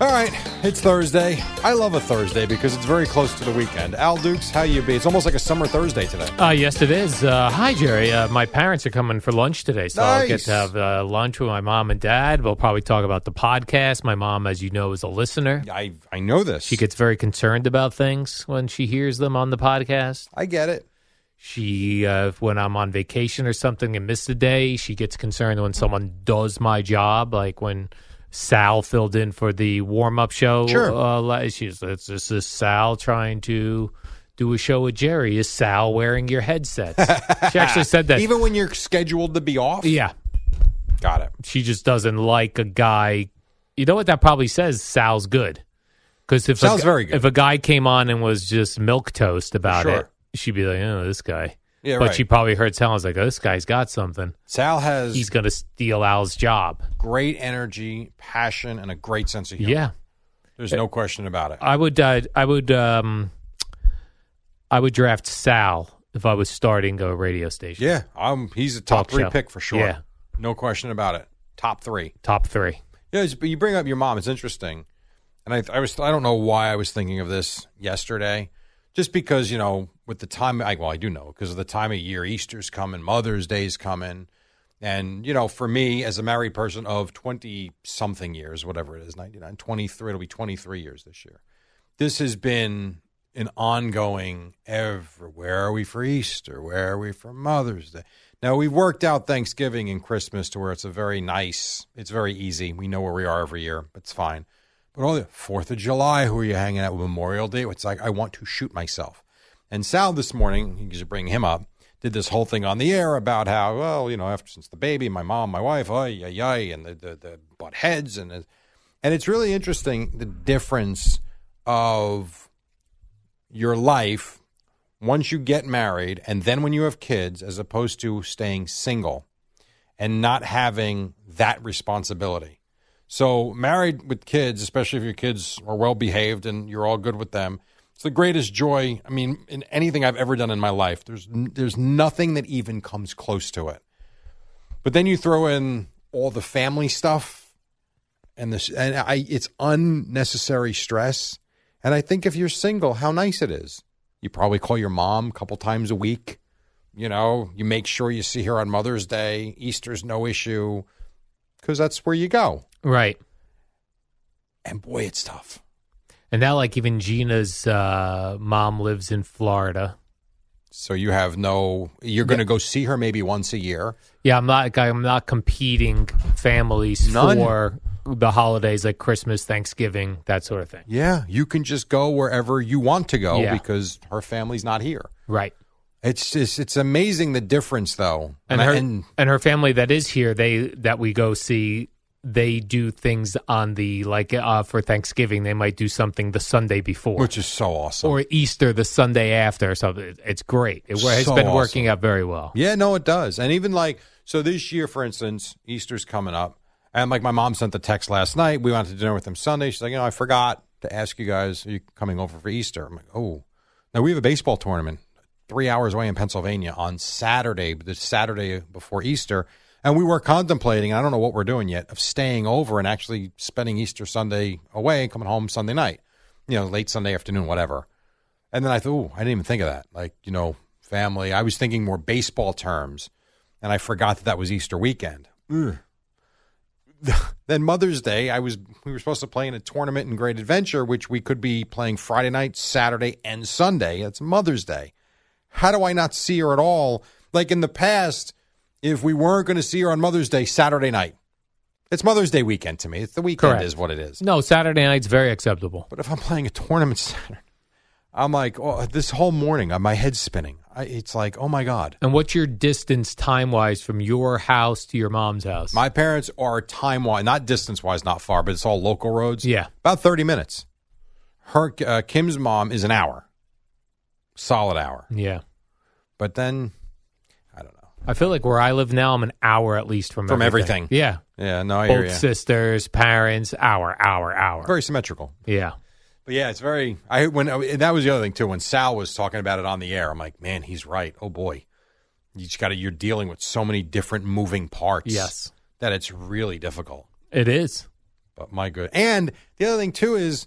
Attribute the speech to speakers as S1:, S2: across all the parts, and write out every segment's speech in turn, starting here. S1: All right, it's Thursday. I love a Thursday because it's very close to the weekend. Al Dukes, how you be? It's almost like a summer Thursday today.
S2: Uh, yes, it is. Uh, hi, Jerry. Uh, my parents are coming for lunch today, so I'll get
S1: Nice.
S2: to have uh, lunch with my mom and dad. We'll probably talk about the podcast. My mom, as you know, is a listener.
S1: I I know this.
S2: She gets very concerned about things when she hears them on the podcast.
S1: I get it.
S2: She, uh, when I'm on vacation or something and miss a day, she gets concerned when someone does my job, like when Sal filled in for the warm up show.
S1: Sure.
S2: Uh, la- she's, it's just this Sal trying to do a show with Jerry. Is Sal wearing your headsets? she actually said that.
S1: Even when you're scheduled to be off.
S2: yeah.
S1: Got it.
S2: She just doesn't like a guy. You know what that probably says? Sal's good. Because if, a
S1: Sal's
S2: gu-
S1: very good.
S2: if a guy came on and was just milk toast about
S1: Sure.
S2: it, she'd be like, oh, this guy.
S1: Yeah,
S2: but
S1: right.
S2: she probably heard Sal and was like, oh, this guy's got something.
S1: Sal has
S2: He's going to steal Al's job.
S1: great energy, passion, and a great sense of humor.
S2: Yeah.
S1: There's no question about it.
S2: I would, uh, I would, um, I would draft Sal if I was starting a radio station.
S1: yeah, um, he's a top
S2: Talk
S1: three
S2: show.
S1: pick for sure.
S2: Yeah.
S1: No question about it. Top three.
S2: Top three.
S1: Yeah, it's- but you bring up your mom. It's interesting, and I, I was I don't know why I was thinking of this yesterday, just because you know with the time. I, well, I do know because of the time of year. Easter's coming, Mother's Day's coming, and you know for me as a married person of twenty something years, whatever it is, 99, 23, it'll be twenty three years this year. This has been an ongoing ever. Where are we for Easter? Where are we for Mother's Day? Now we've worked out Thanksgiving and Christmas to where it's a very nice, it's very easy. We know where we are every year. It's fine. But all the Fourth of July, who are you hanging out with Memorial Day? It's like I want to shoot myself. And Sal this morning, you should bring him up, did this whole thing on the air about how, well, you know, after since the baby, my mom, my wife, ay, ay, ay, and the the, the butt heads and the- and it's really interesting the difference of your life once you get married and then when you have kids as opposed to staying single and not having that responsibility. So, married with kids, especially if your kids are well behaved and you're all good with them, it's the greatest joy. I mean, in anything I've ever done in my life, there's n- there's nothing that even comes close to it. But then you throw in all the family stuff and this and I it's unnecessary stress. And I think if you're single, how nice it is. You probably call your mom a couple times a week. You know, you make sure you see her on Mother's Day. Easter's no issue because that's where you go.
S2: Right.
S1: And boy, it's tough.
S2: And now, like, even Gina's uh, mom lives in Florida.
S1: So you have no. You're going to go see her maybe once a year.
S2: Yeah, I'm not. I'm not competing families
S1: None.
S2: for the holidays like Christmas, Thanksgiving, that sort of thing.
S1: Yeah, you can just go wherever you want to go
S2: Yeah.
S1: because her family's not here.
S2: Right.
S1: It's just it's amazing the difference though.
S2: And
S1: I-
S2: her
S1: and
S2: and, her family that is here, they that we go see, they do things on the like uh, for Thanksgiving. They might do something the Sunday before,
S1: which is so awesome.
S2: or Easter the Sunday after. or something. It- it's great. It has
S1: So
S2: been
S1: awesome.
S2: working out very well.
S1: Yeah, no, it does. And even like so this year, for instance, Easter's coming up, and like my mom sent the text last night. We went out to dinner with them Sunday. She's like, you know, I forgot to ask you guys, are you coming over for Easter? I'm like, oh, now we have a baseball tournament three hours away in Pennsylvania on Saturday, the Saturday before Easter. And we were contemplating, I don't know what we're doing yet, of staying over and actually spending Easter Sunday away, coming home Sunday night, you know, late Sunday afternoon, whatever. And then I thought, oh, I didn't even think of that. Like, you know, family. I was thinking more baseball terms, and I forgot that that was Easter weekend. Ugh. then Mother's Day, I was we were supposed to play in a tournament in Great Adventure, which we could be playing Friday night, Saturday, and Sunday. That's Mother's Day. How do I not see her at all? Like in the past, if we weren't going to see her on Mother's Day, Saturday night. It's Mother's Day weekend to me. It's the weekend
S2: Correct.
S1: is what it is.
S2: No, Saturday night's very acceptable.
S1: But if I'm playing a tournament Saturday, I'm like, oh, this whole morning, uh, my head's spinning. I, it's like, oh my God.
S2: And what's your distance time wise from your house to your mom's house?
S1: My parents are time wise, not distance wise, not far, but it's all local roads.
S2: Yeah.
S1: About 30 minutes. Her uh, Kim's mom is an hour, solid hour.
S2: yeah.
S1: But then, I don't know.
S2: I feel like where I live now, I'm an hour at least from
S1: From everything.
S2: Yeah,
S1: Yeah, no, I hear
S2: both
S1: you.
S2: sisters, parents, hour, hour, hour.
S1: Very symmetrical.
S2: yeah,
S1: But yeah, it's very. I when and that was the other thing too. When Sal was talking about it on the air, I'm like, man, he's right. Oh boy, you just got to. You're dealing with so many different moving parts.
S2: Yes.
S1: that it's really difficult.
S2: it is.
S1: But my good. And the other thing too is,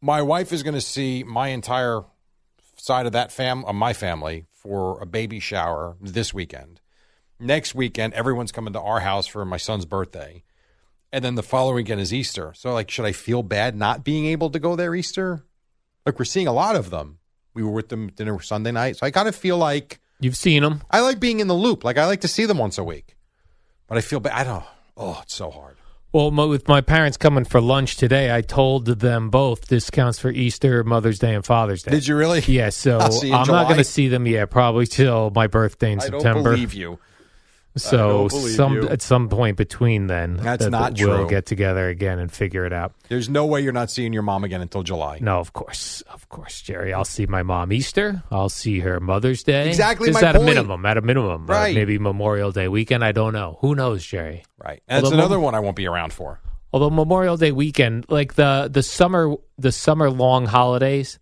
S1: my wife is going to see my entire side of that fam, of my family, for a baby shower this weekend. Next weekend, everyone's coming to our house for my son's birthday. And then the following weekend is Easter. So, like, should I feel bad not being able to go there Easter? Like, we're seeing a lot of them. We were with them at dinner Sunday night. So, I kind of feel like
S2: You've seen them.
S1: I like being in the loop. Like, I like to see them once a week. But I feel bad. I don't. Oh, it's so hard.
S2: Well, mo with my parents coming for lunch today, I told them both this counts for Easter, Mother's Day, and Father's Day.
S1: Did you really?
S2: Yeah, so
S1: I'll see you in
S2: I'm not
S1: July.
S2: going to see them yet, probably till my birthday in
S1: I don't
S2: September.
S1: believe you.
S2: so
S1: don't believe
S2: some
S1: you.
S2: at some point between then,
S1: That's
S2: that
S1: not
S2: we'll
S1: true.
S2: get together again and figure it out.
S1: There's no way you're not seeing your mom again until July.
S2: No, of course, of course, Jerry. I'll see my mom Easter. I'll see her Mother's Day.
S1: Exactly
S2: Just
S1: my
S2: at a
S1: point.
S2: minimum. At a minimum, Uh,
S1: Right.
S2: maybe Memorial Day weekend. I don't know. Who knows, Jerry?
S1: Right. And that's
S2: Although
S1: another
S2: mom-
S1: one I won't be around for.
S2: Although Memorial Day weekend, like the the summer the summer long holidays,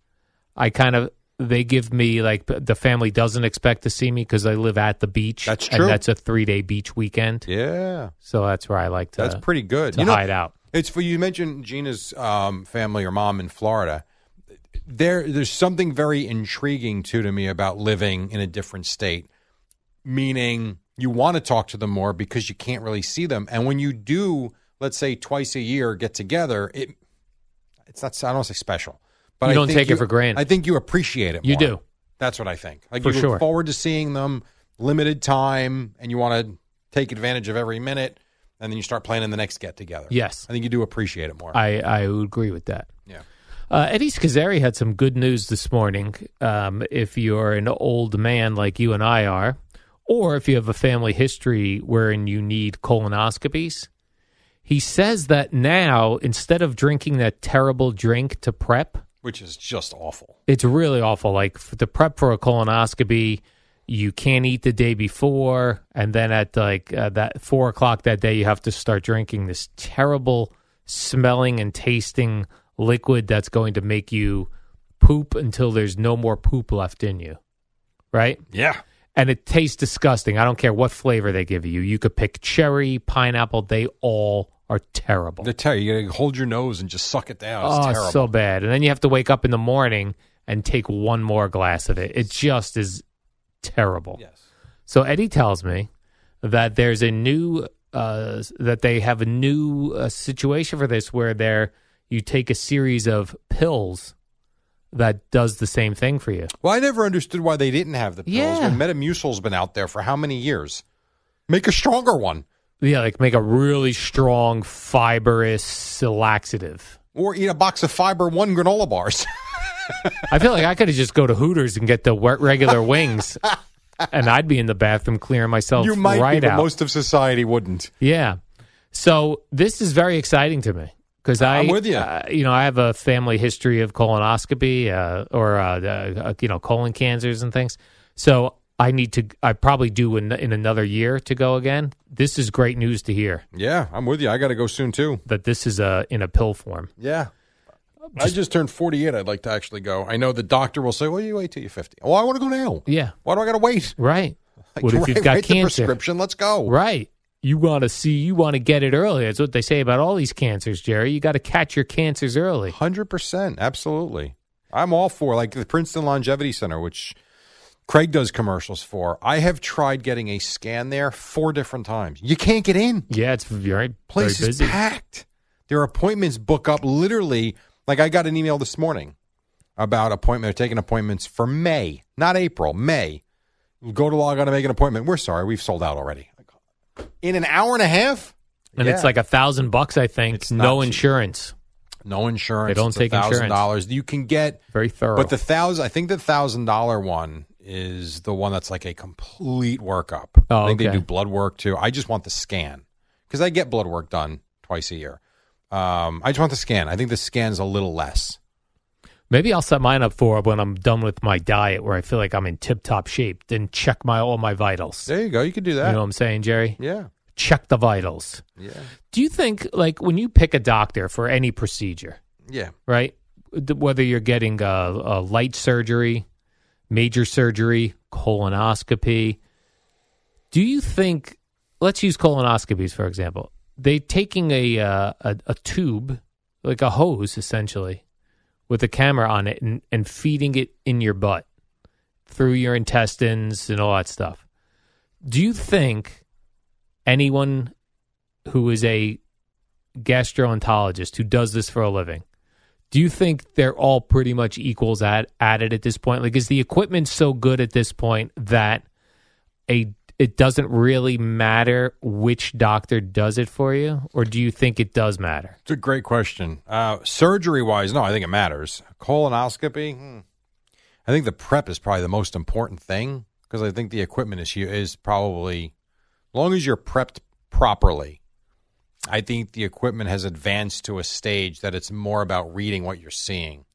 S2: I kind of they give me like p- the family doesn't expect to see me because I live at the beach.
S1: That's true.
S2: And that's a three day beach weekend.
S1: Yeah.
S2: So that's where I like to.
S1: That's pretty good.
S2: to
S1: You know,
S2: hide out.
S1: It's for you mentioned Gina's um, family or mom in Florida. There, there's something very intriguing too to me about living in a different state. Meaning, you want to talk to them more because you can't really see them, and when you do, let's say twice a year, get together, it it's not. I don't want to say special, but
S2: You
S1: I
S2: don't
S1: think
S2: take it for granted.
S1: I think you appreciate it.
S2: You
S1: more.
S2: do.
S1: That's what I think. Like
S2: For
S1: you look
S2: sure.
S1: forward to seeing them, limited time, and you want to take advantage of every minute, and then you start planning the next get together.
S2: Yes.
S1: I think you do appreciate it more.
S2: I I would agree with that.
S1: yeah,
S2: Uh, Eddie Scazzeri had some good news this morning. Um, if you're an old man like you and I are, or if you have a family history wherein you need colonoscopies, he says that now, instead of drinking that terrible drink to prep,
S1: which is just awful.
S2: it's really awful. Like f- to prep for a colonoscopy, you can't eat the day before, and then at like uh, that four o'clock that day, you have to start drinking this terrible smelling and tasting liquid that's going to make you poop until there's no more poop left in you, right?
S1: Yeah,
S2: And it tastes disgusting. I don't care what flavor they give you. You could pick cherry, pineapple. They all are terrible.
S1: they tell you you gotta hold your nose and just suck it down. It's
S2: Oh,
S1: terrible.
S2: so bad. And then you have to wake up in the morning and take one more glass of it. It just is terrible.
S1: yes,
S2: So Eddie tells me that there's a new uh, that they have a new uh, situation for this where there you take a series of pills that does the same thing for you.
S1: Well, I never understood why they didn't have the pills
S2: Yeah.
S1: when Metamucil's been out there for how many years. Make a stronger one,
S2: Yeah, like make a really strong fibrous laxative.
S1: or eat a box of Fiber One granola bars.
S2: I feel like I could have just go to Hooters and get the we- regular wings, and I'd be in the bathroom clearing myself
S1: you might
S2: right
S1: be, but
S2: out.
S1: most of society wouldn't.
S2: Yeah. So this is very exciting to me because I,
S1: I'm with you.
S2: Uh, you know, I have a family history of colonoscopy uh, or uh, the- uh, you know colon cancers and things. So I need to. I probably do in in another year to go again. This is great news to hear
S1: Yeah, I'm with you. I got to go soon too.
S2: that this is uh in a pill form.
S1: Yeah. I just turned 48. I'd like to actually go. I know the doctor will say, well, you wait till you're 50. Well, I want to go now.
S2: Yeah.
S1: Why do I got to wait?
S2: Right.
S1: Like,
S2: what if
S1: write-
S2: you've got
S1: write the
S2: cancer?
S1: prescription? Let's go.
S2: Right. You want to see, you want to get it early. That's what they say about all these cancers, Jerry. You got to catch your cancers early.
S1: 100%. Absolutely. I'm all for like the Princeton Longevity Center, which Craig does commercials for. I have tried getting a scan there four different times. You can't get in.
S2: Yeah, it's very,
S1: Place
S2: very
S1: is
S2: busy.
S1: packed. Their appointments book up literally. Like I got an email this morning about appointment, taking appointments for May, not April, May. Go to log on to make an appointment. We're sorry, we've sold out already. In an hour and a half?
S2: And it's
S1: Yeah.
S2: like a thousand bucks, I think.
S1: It's not
S2: no
S1: cheap.
S2: insurance.
S1: No insurance.
S2: They don't
S1: it's
S2: take
S1: $1,000.
S2: insurance.
S1: You can get
S2: Very thorough.
S1: But the thousand, I think the thousand dollar one is the one that's like a complete workup.
S2: Oh,
S1: I think
S2: okay.
S1: they do blood work too. I just want the scan because I get blood work done twice a year. Um, I just want the scan. I think the scan's a little less.
S2: Maybe I'll set mine up for when I'm done with my diet where I feel like I'm in tip top shape. Then check my all my vitals.
S1: There you go. You could do
S2: You
S1: that.
S2: know what I'm saying, Jerry?
S1: yeah.
S2: Check the vitals.
S1: Yeah.
S2: Do you think, like, when you pick a doctor for any procedure,
S1: Yeah.
S2: right? Th- Whether you're getting a, a light surgery, major surgery, colonoscopy, do you think? Let's use colonoscopies for example. They taking a, uh, a a tube, like a hose, essentially, with a camera on it, and, and feeding it in your butt through your intestines and all that stuff. Do you think anyone who is a gastroenterologist who does this for a living do you think they're all pretty much equals at at it at this point? Like, is the equipment so good at this point that a it doesn't really matter which doctor does it for you, or do you think it does matter?
S1: It's a great question. Uh, surgery wise, no, I think it matters. Colonoscopy, hmm. I think the prep is probably the most important thing because I think the equipment is hu- is probably, as long as you're prepped properly, I think the equipment has advanced to a stage that it's more about reading what you're seeing.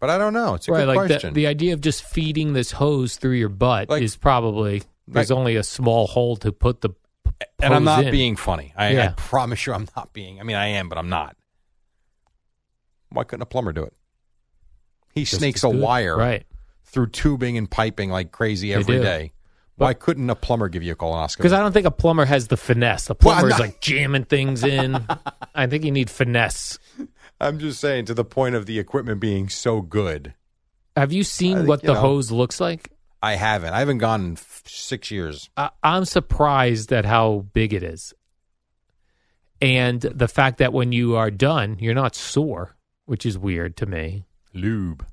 S1: But I don't know. It's a good
S2: like
S1: question.
S2: The, the idea of just feeding this hose through your butt
S1: Like-
S2: is probably there's
S1: Right.
S2: only a small hole to put the. p-
S1: and I'm
S2: hose
S1: not
S2: in.
S1: being funny. I, I
S2: Yeah.
S1: promise you, I'm not being. I mean, I am, but I'm not. Why couldn't a plumber do it? He
S2: Just
S1: snakes
S2: as
S1: a
S2: good.
S1: wire
S2: right?
S1: through tubing and piping like crazy
S2: They
S1: every
S2: do.
S1: day.
S2: But-
S1: Why couldn't a plumber give you a colonoscopy?
S2: Because I don't think a plumber has the finesse. A
S1: Well, I'm
S2: plumber is
S1: not-
S2: like jamming things in. I think you need finesse.
S1: I'm just saying to the point of the equipment being so good.
S2: Have you
S1: I
S2: seen
S1: think,
S2: what
S1: you
S2: the
S1: know.
S2: hose looks like?
S1: I haven't. I haven't gone in f- six years.
S2: I, I'm surprised at how big it is. And the fact that when you are done, you're not sore, which is weird to me.
S1: Lube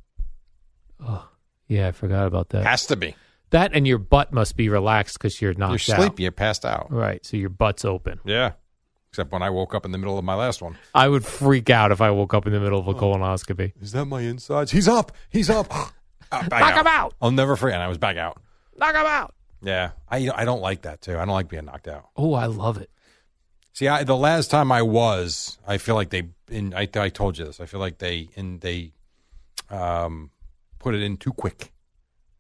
S2: Yeah, I forgot about that.
S1: has to be.
S2: that and your butt must be relaxed because you're
S1: You're
S2: knocked out.
S1: sleepy. You're passed out.
S2: Right, so your butt's open.
S1: Yeah. Except when I woke up in the middle of my last one.
S2: I would freak out if I woke up in the middle
S1: Oh.
S2: of a colonoscopy.
S1: Is that my insides? He's up. He's up. Knock
S2: Knock him out.
S1: Ah, I'll never forget. And I was back out.
S2: Knock 'em out.
S1: Yeah. I I don't like that too. I don't like being knocked out.
S2: Oh, I love it.
S1: See, I, the last time I was, I feel like they. In, I, I told you this. I feel like they and they, um, put it in too quick,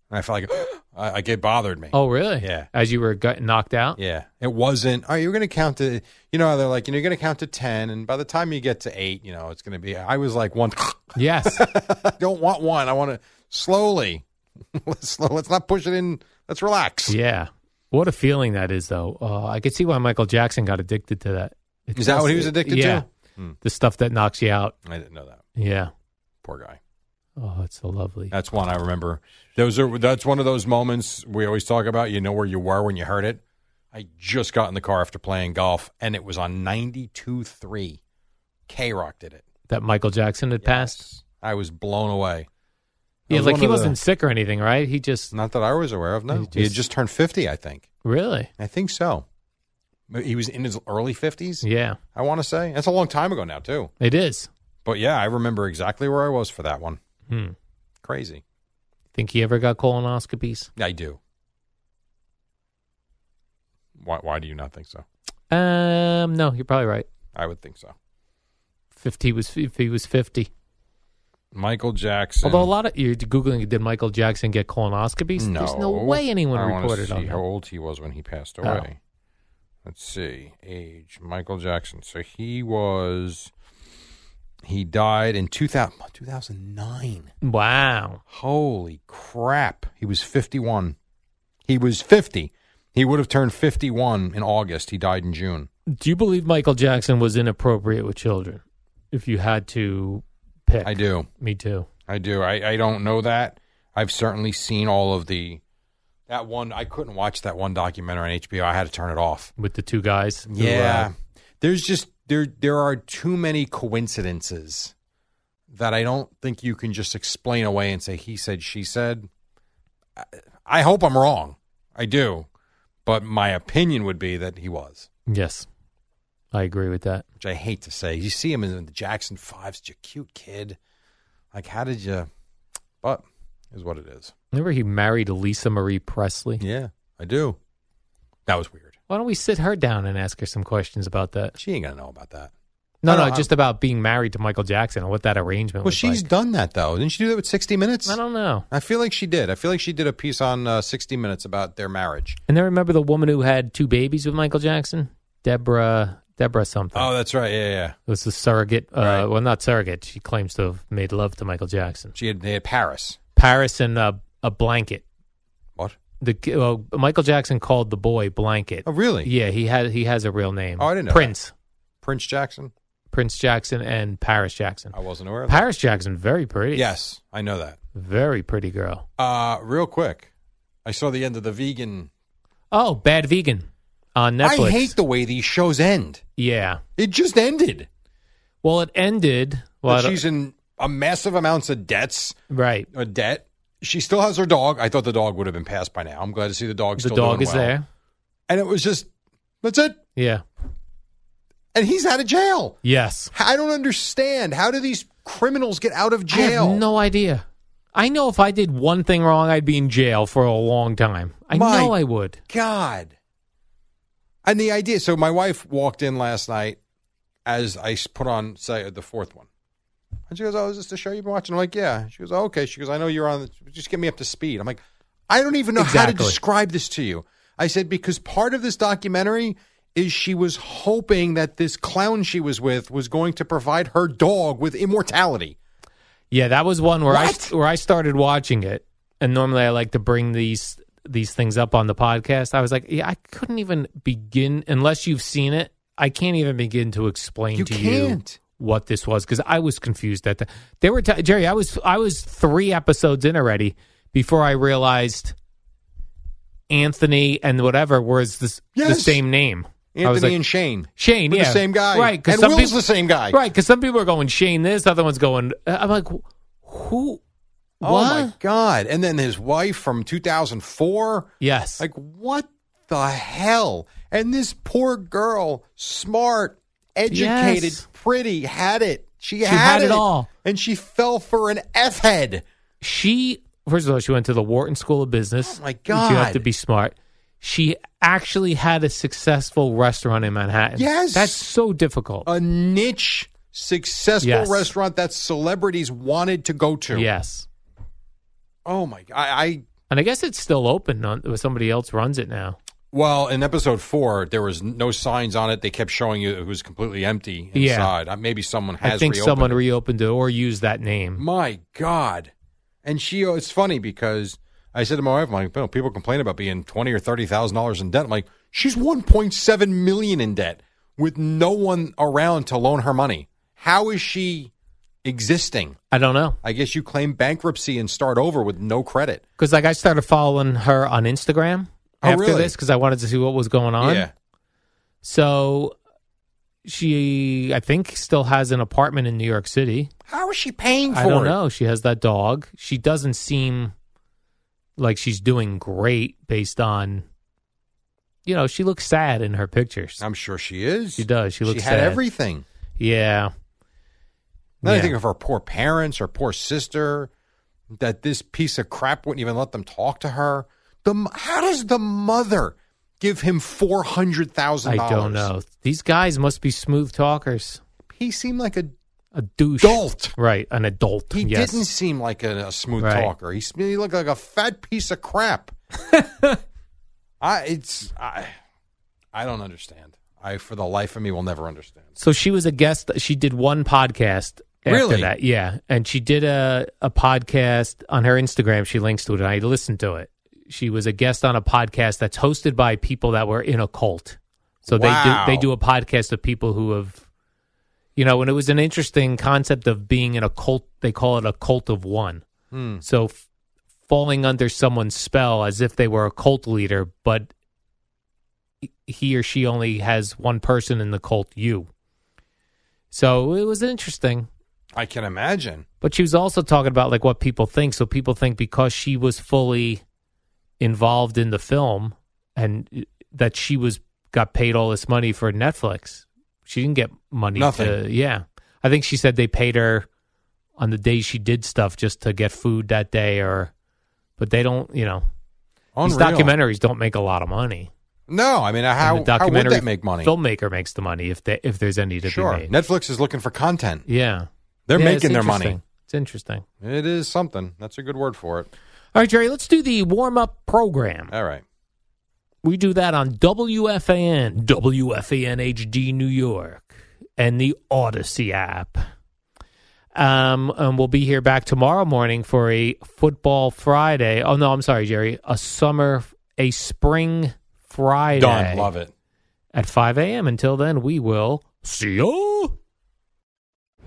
S1: and I felt like I, I get bothered me.
S2: Oh, really?
S1: Yeah.
S2: As you were got knocked out?
S1: Yeah, it wasn't. Oh, you're going to count to. You know, how they're like, you know, you're going to count to ten, and by the time you get to eight, you know, it's going to be. I was like one.
S2: Yes.
S1: I don't want one. I want to slowly. let's slow. Let's not push it in. Let's relax.
S2: yeah. What a feeling that is, though. Uh, I could see why Michael Jackson got addicted to that. It
S1: Is that what he was
S2: does-
S1: addicted
S2: yeah.
S1: to?
S2: the stuff that knocks you out.
S1: I didn't know that.
S2: Yeah.
S1: Poor guy.
S2: Oh, it's so lovely.
S1: That's one I remember. Those are that's one of those moments we always talk about. You know where you were when you heard it. I just got in the car after playing golf, and it was on ninety two three. K Rock did it.
S2: That Michael Jackson had passed.
S1: Yes. I was blown away. That
S2: Yeah,
S1: was
S2: like
S1: one
S2: he
S1: of the- Hmm.
S2: wasn't sick or anything, right? He just
S1: Not that I was aware of. No, he,
S2: He
S1: had
S2: just-
S1: just turned fifty. I think.
S2: really.
S1: I think so. He was in his early fifties.
S2: Yeah,
S1: I want to say that's a long time ago now too.
S2: it is.
S1: But yeah, I remember exactly where I was for that one.
S2: Hmm.
S1: Crazy.
S2: Think he ever got colonoscopies?
S1: I do. Why? Why do you not think so?
S2: Um, no, you're probably right.
S1: I would think so.
S2: Fifty was if he was fifty.
S1: Michael Jackson.
S2: Although a lot of you're googling, did Michael Jackson get colonoscopies?
S1: no,
S2: There's no way anyone
S1: I wanna
S2: reported
S1: see
S2: on
S1: how
S2: that.
S1: old he was when he passed
S2: Oh.
S1: away. Let's see, age. Michael Jackson. So he was He died in 2000, 2009.
S2: Wow.
S1: Holy crap. He was 51. He was 50. He would have turned 51 in August. He died in June.
S2: Do you believe Michael Jackson was inappropriate with children? If you had to pick,
S1: I do.
S2: Me too.
S1: I do. I, I don't know that. I've certainly seen all of the. That one, I couldn't watch that one documentary on HBO. I had to turn it off.
S2: With the two guys. who, uh,
S1: Yeah. There's just. There, there are too many coincidences that I don't think you can just explain away and say he said, she said. I- I hope I'm wrong. I do. But my opinion would be that he was.
S2: uh, yes, I agree with that.
S1: which I hate to say. You see him in the Jackson Five, such a cute kid. Like, how did you? But is what it is.
S2: Remember, he married Lisa Marie Presley.
S1: Yeah, I do. That was weird.
S2: Why don't we sit her down and ask her some questions about that?
S1: She ain't gonna know about that.
S2: No,
S1: I
S2: no,
S1: don't-
S2: just about being married to Michael Jackson and what that arrangement
S1: Well,
S2: was.
S1: she's
S2: like.
S1: done that though. Didn't she do that with 60 Minutes?
S2: I don't know.
S1: I feel like she did. I feel like she did a piece on uh, 60 Minutes about their marriage.
S2: And then remember the woman who had two babies with Michael Jackson, Deborah, Deborah something.
S1: Oh, that's right. Yeah, yeah.
S2: It was the surrogate. Uh,
S1: Right.
S2: Well, not surrogate. She claims to have made love to Michael Jackson.
S1: She had they had Paris.
S2: Paris and uh, a blanket.
S1: What?
S2: The ki- well, Michael Jackson called the boy blanket.
S1: Oh, really?
S2: Yeah, he had he has a real name.
S1: Oh, I didn't know
S2: Prince,
S1: Prince Jackson.
S2: Prince Jackson, and Paris Jackson.
S1: Oh, I wasn't aware of that.
S2: Paris Jackson, very pretty.
S1: Yes, I know that.
S2: very pretty girl.
S1: Uh, real quick, I saw the end of the vegan.
S2: Oh, Bad Vegan on Netflix.
S1: I hate the way these shows end.
S2: yeah.
S1: It just ended.
S2: Well, it ended. Well, I
S1: But
S2: don't-
S1: she's in a massive amounts of debts.
S2: right.
S1: A debt. She still has her dog. I thought the dog would have been passed by now. I'm glad to see the dog.
S2: The
S1: still
S2: dog
S1: doing
S2: is
S1: well.
S2: there.
S1: and it was just that's it.
S2: Yeah.
S1: And he's out of jail.
S2: Yes.
S1: I don't understand. How do these criminals get out of
S2: I
S1: jail?
S2: have no idea. I know if I did one thing wrong, I'd be in jail for a long time. I
S1: My-
S2: know I would.
S1: God. And the idea. So my wife walked in last night as I s- put on say the fourth one, and she goes, "Oh, is this the show you've been watching?" I'm like, "Yeah." She goes, "Oh, okay." She goes, "I know you're on. The, just get me up to speed." I'm like, "I don't even know how to
S2: Exactly.
S1: describe this to you." I said because part of this documentary is she was hoping that this clown she was with was going to provide her dog with immortality.
S2: Yeah, that was one where
S1: What?
S2: I where I started watching it, and normally I like to bring these these things up on the podcast. I was like, yeah, I couldn't even begin unless you've seen it. I can't even begin to explain
S1: You
S2: to
S1: can't.
S2: you what this was because I was confused at the. They were t- Jerry. I was I was three episodes in already before I realized Anthony and whatever was this, the
S1: Yes.
S2: same name. I was
S1: Anthony
S2: like,
S1: and Shane.
S2: Shane,
S1: We're
S2: yeah,
S1: the same guy,
S2: right? 'cause
S1: And
S2: some
S1: Will's
S2: peop-
S1: the same guy,
S2: right? Because some people are going Shane this, other one's going. "Uh, I'm like, who? What?
S1: Oh my god! And then his wife from 2004.
S2: yes,
S1: Like, what the hell? And this poor girl, smart, educated,
S2: Yes.
S1: pretty, had it. She,
S2: She had it all.
S1: And she fell for an F head.
S2: she. First of all, she went to the Wharton School of Business.
S1: Oh my
S2: which You have
S1: God.
S2: to be smart. She actually had a successful restaurant in Manhattan.
S1: Yes. Uh,
S2: that's so difficult.
S1: A niche, successful
S2: Yes.
S1: restaurant that celebrities wanted to go to.
S2: yes,
S1: Oh my god. I, I
S2: and I guess it's still open. On, somebody else runs it now.
S1: well, in episode four, there was no signs on it. They kept showing you it was completely empty
S2: Yeah.
S1: inside. Uh, Maybe someone has
S2: I think
S1: reopened
S2: someone
S1: it.
S2: reopened it or used that name.
S1: My God. And she, uh, it's funny because I said to my wife, I'm like, "Bill, people complain about being twenty or thirty thousand dollars in debt. I'm like, she's one point seven million in debt with no one around to loan her money. How is she existing?
S2: I don't know.
S1: I guess you claim bankruptcy and start over with no credit.
S2: Because like I started following her on Instagram
S1: Oh,
S2: after
S1: really?
S2: this because I wanted to see what was going on.
S1: Yeah.
S2: So she, I think, still has an apartment in New York City.
S1: How is she paying for
S2: I don't
S1: it?
S2: know. She has that dog. She doesn't seem like she's doing great based on, you know, she looks sad in her pictures.
S1: I'm sure she is.
S2: She does. She looks
S1: She had
S2: sad.
S1: everything.
S2: yeah.
S1: Then I
S2: Yeah.
S1: think of her poor parents, her poor sister, that this piece of crap wouldn't even let them talk to her. The m- how does the mother give him four hundred thousand?
S2: I don't know. These guys must be smooth talkers.
S1: He seemed like a
S2: A douche.
S1: adult.
S2: Right. An adult.
S1: He
S2: yes.
S1: didn't seem like a, a smooth
S2: Right.
S1: talker. He, sm- he looked like a fat piece of crap. I it's I I don't understand. I for the life of me will never understand.
S2: So she was a guest. She did one podcast after
S1: Really?
S2: that. Yeah. And she did a, a podcast on her Instagram. She links to it, and I listened to it. She was a guest on a podcast that's hosted by people that were in a cult. So
S1: Wow.
S2: they do they do a podcast of people who have, you know, and it was an interesting concept of being in a cult. They call it a cult of one. So f- falling under someone's spell as if they were a cult leader, but he or she only has one person in the cult, you. So it was interesting.
S1: I can imagine.
S2: But she was also talking about like what people think. So people think because she was fully involved in the film and uh, that she was got paid all this money for Netflix. She didn't get money
S1: Nothing.
S2: to yeah. I think she said they paid her on the day she did stuff just to get food that day or but they don't, you know,
S1: Unreal.
S2: these documentaries don't make a lot of money.
S1: No, I mean, uh, how,
S2: And the
S1: how would
S2: documentary
S1: that make money?
S2: Filmmaker makes the money if they, if there's any to
S1: Sure.
S2: be made.
S1: Netflix is looking for content.
S2: Yeah,
S1: They're
S2: Yeah,
S1: making
S2: it's
S1: their money.
S2: interesting. It's interesting.
S1: It is something. That's a good word for it.
S2: All right, Jerry, let's do the warm up program.
S1: All right.
S2: We do that on WFAN, WFAN HD New York, and the Odyssey app. Um, and we'll be here back tomorrow morning for a football Friday. Oh no, I'm sorry, Jerry. A summer, a spring Friday
S1: Done. Love it.
S2: at 5 a.m. Until then, we will see you.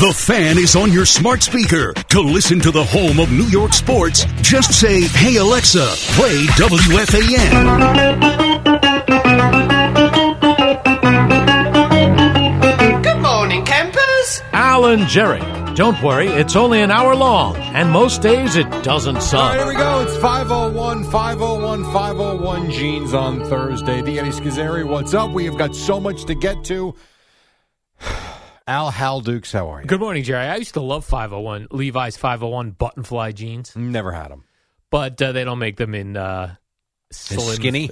S3: The fan is on your smart speaker. To listen to the home of New York sports, just say, Hey Alexa, play WFAN.
S4: Good morning, campers.
S5: Alan Jerry. Don't worry, it's only an hour long, and most days it doesn't
S1: All right, here
S5: suck.
S1: we go. It's 501, 501, 501 Jeans on Thursday. The Eddie Schizzeri, what's up? We have got so much to get to. Al Hal Dukes, how are you?
S2: Good morning, Jerry. I used to love 501 Levi's 501 button fly jeans,
S1: Never had him.
S2: but uh, they don't make them in uh, slim
S1: skinny?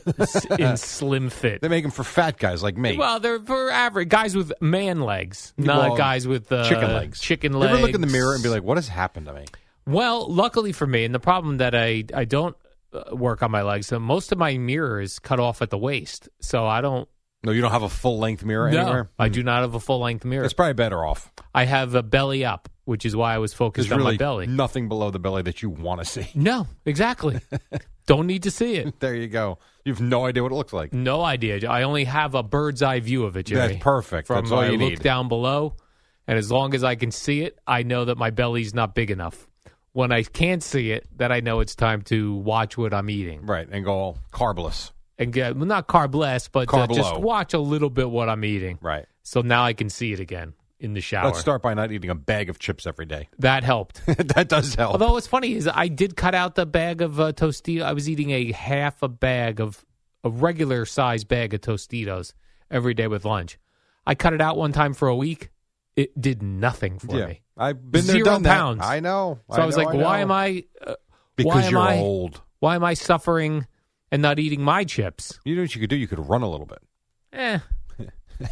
S2: in slim fit.
S1: They make them for fat guys like me.
S2: Well, they're for average guys with man legs, not
S1: Well,
S2: guys with uh,
S1: chicken legs.
S2: Chicken
S1: You
S2: legs.
S1: ever look in the mirror and be like, what has happened to me?
S2: "Well, luckily for me, and the problem that I I don't uh, work on my legs. So most of my mirror is cut off at the waist, so I don't.
S1: No, you don't have a full length mirror
S2: no,
S1: anywhere? Hmm.
S2: I do not have a full length mirror.
S1: It's probably better off.
S2: I have a belly up, which is why I was
S1: There's
S2: focused on
S1: really
S2: my belly.
S1: nothing below the belly that you want to see.
S2: No, exactly. don't need to see it.
S1: There you go. You have no idea what it looks like.
S2: No idea. I only have a bird's eye view of it, Jerry.
S1: That's perfect.
S2: From
S1: That's all
S2: I
S1: you
S2: look
S1: need.
S2: down below, and as long as I can see it, I know that my belly's not big enough. When I can't see it, then I know it's time to watch what I'm eating
S1: Right, and go all carbless.
S2: and get well, not carb less, but uh,
S1: Carb
S2: just
S1: low.
S2: watch a little bit what I'm eating.
S1: Right.
S2: So now I can see it again in the shower.
S1: Let's start by not eating a bag of chips every day.
S2: That helped.
S1: that does help.
S2: Although what's funny is I did cut out the bag of uh, Tostitos. I was eating a half a bag of a regular size bag of Tostitos every day with lunch. I cut it out one time for a week. It did nothing for
S1: yeah,
S2: me.
S1: I've been there,
S2: Zero
S1: done
S2: pounds.
S1: that. I know.
S2: So I, was
S1: know,
S2: like, why
S1: know."
S2: am I? Uh,
S1: Because
S2: why am
S1: you're
S2: I-
S1: old.
S2: why am I suffering and not eating my chips?
S1: You know what you could do? You could run a little bit.
S2: Eh,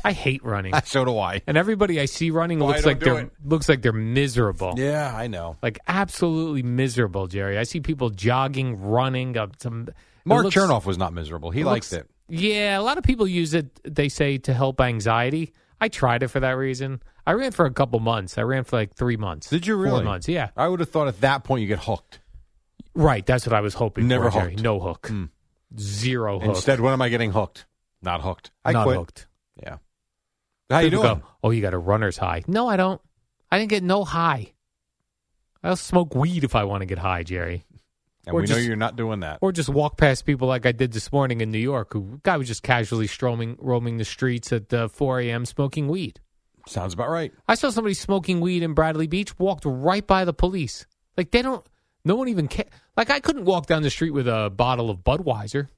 S2: I hate running.
S1: so do I.
S2: And everybody I see running
S1: Why
S2: looks
S1: don't
S2: like
S1: do
S2: they're
S1: it?
S2: looks like they're miserable.
S1: Yeah, I know.
S2: Like absolutely miserable, Jerry. I see people jogging, running up some. it
S1: Mark
S2: looks-
S1: Chernoff was not miserable. He liked
S2: looks-
S1: it.
S2: Yeah, a lot of people use it. They say to help anxiety. I tried it for that reason. I ran for a couple months. I ran for like three months.
S1: Did you really?
S2: Four months. Yeah.
S1: I would have thought at that point you get hooked.
S2: Right. That's what I was hoping.
S1: Never
S2: for, Jerry.
S1: hooked. Mm.
S2: No hook.
S1: Hmm.
S2: Zero hook.
S1: Instead, when am I getting hooked? Not hooked. I
S2: Oh, not
S1: quit.
S2: hooked.
S1: Yeah. How you
S2: People
S1: doing?
S2: Go, oh, you got a runner's high. No, I don't. I didn't get no high. I'll smoke weed if I want to get high, Jerry.
S1: And
S2: Or
S1: we know
S2: just-
S1: you're not doing that.
S2: Or just walk past people like I did this morning in New York, who guy was just casually stroming, roaming the streets at uh, 4 a.m. smoking weed.
S1: Sounds about right.
S2: I saw somebody smoking weed in Bradley Beach, walked right by the police. Like they don't, no one even care. Like I couldn't walk down the street with a bottle of Budweiser.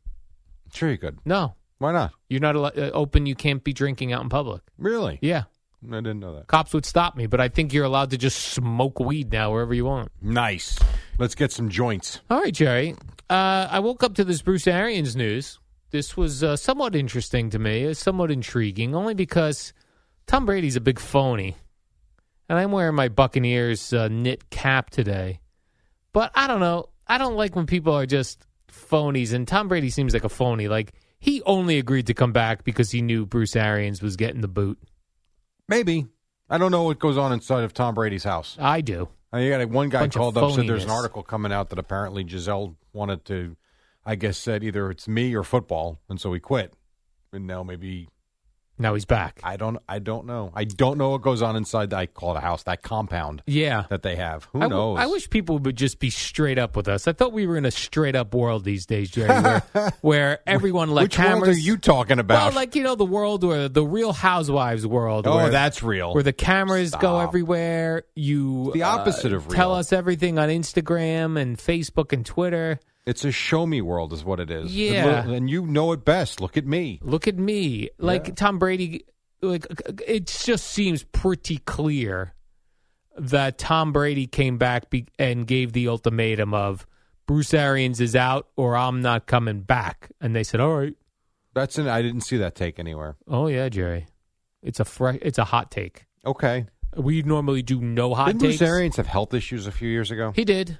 S1: Sure, you could.
S2: No,
S1: Why not?
S2: you're not allo- uh, open. You can't be drinking out in public.
S1: Really?
S2: Yeah,
S1: I didn't know that.
S2: cops would stop me, but I think you're allowed to just smoke weed now wherever you want.
S1: Nice. Let's get some joints.
S2: All right, Jerry. Uh, I woke up to this Bruce Arians news. This was uh, somewhat interesting to me, uh, somewhat intriguing, only because Tom Brady's a big phony. And I'm wearing my Buccaneers uh, knit cap today. But I don't know. I don't like when people are just phonies. And Tom Brady seems like a phony. Like, he only agreed to come back because he knew Bruce Arians was getting the boot.
S1: Maybe. I don't know what goes on inside of Tom Brady's house.
S2: I do.
S1: And you got one guy
S2: Bunch of
S1: called up said there's an
S2: phoniness.
S1: article coming out that apparently Giselle wanted to, I guess, said either it's me or football, and so he quit. And now maybe
S2: Now he's back.
S1: I don't. I don't know. I don't know what goes on inside. that I call the house that compound
S2: Yeah.
S1: that they have. Who
S2: I, w-
S1: knows?
S2: I wish people would just be straight up with us. I thought we were in a straight up world these days, Jerry, where, where everyone like
S1: Which
S2: cameras.
S1: world are you talking about?
S2: Well, like you know, the world where the Real Housewives world.
S1: oh,
S2: where,
S1: that's real.
S2: where the cameras go
S1: Stop.
S2: everywhere. You uh,
S1: It's the opposite of real.
S2: tell us everything on Instagram and Facebook and Twitter.
S1: It's a show me world, is what it is.
S2: Yeah.
S1: and, you know it best. Look at me.
S2: Look at me, like Tom Brady. Like it just seems pretty clear that Tom Brady came back be- and gave the ultimatum of Bruce Arians is out or I'm not coming back, and they said, "All right,
S1: That's an. I didn't see that take anywhere.
S2: oh yeah, Jerry, it's a fresh, it's a hot take.
S1: Okay.
S2: We normally do no hot
S1: Didn't
S2: takes.
S1: Bruce Arians have health issues a few years ago?
S2: He did.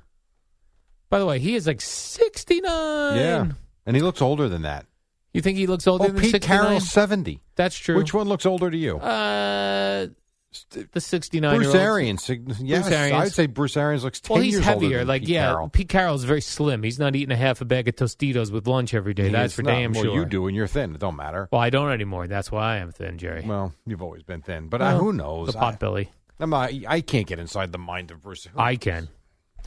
S2: By the way, he is like 69.
S1: yeah, and he looks older than that.
S2: You think he looks older
S1: oh,
S2: than
S1: Pete
S2: 69?
S1: Carroll's seventy.
S2: That's true.
S1: Which one looks older to you?
S2: Uh, the 69
S1: Bruce
S2: year old.
S1: Arians. Sig- Yes,
S2: Arians.
S1: I'd say Bruce Arians looks ten
S2: Well, he's
S1: years older
S2: heavier.
S1: than
S2: Like,
S1: Pete
S2: yeah,
S1: Carroll.
S2: Pete Carroll's very slim. He's not eating a half a bag of Tostitos with lunch every day.
S1: He
S2: That's
S1: is
S2: for
S1: not.
S2: damn
S1: well,
S2: sure.
S1: You do, and you're thin. It don't matter.
S2: Well, I don't anymore. That's why I am thin, Jerry.
S1: Well, you've always been thin, but I-
S2: Well,
S1: who knows?
S2: The potbelly.
S1: I, am not, I can't get inside the mind of Bruce.
S2: I can.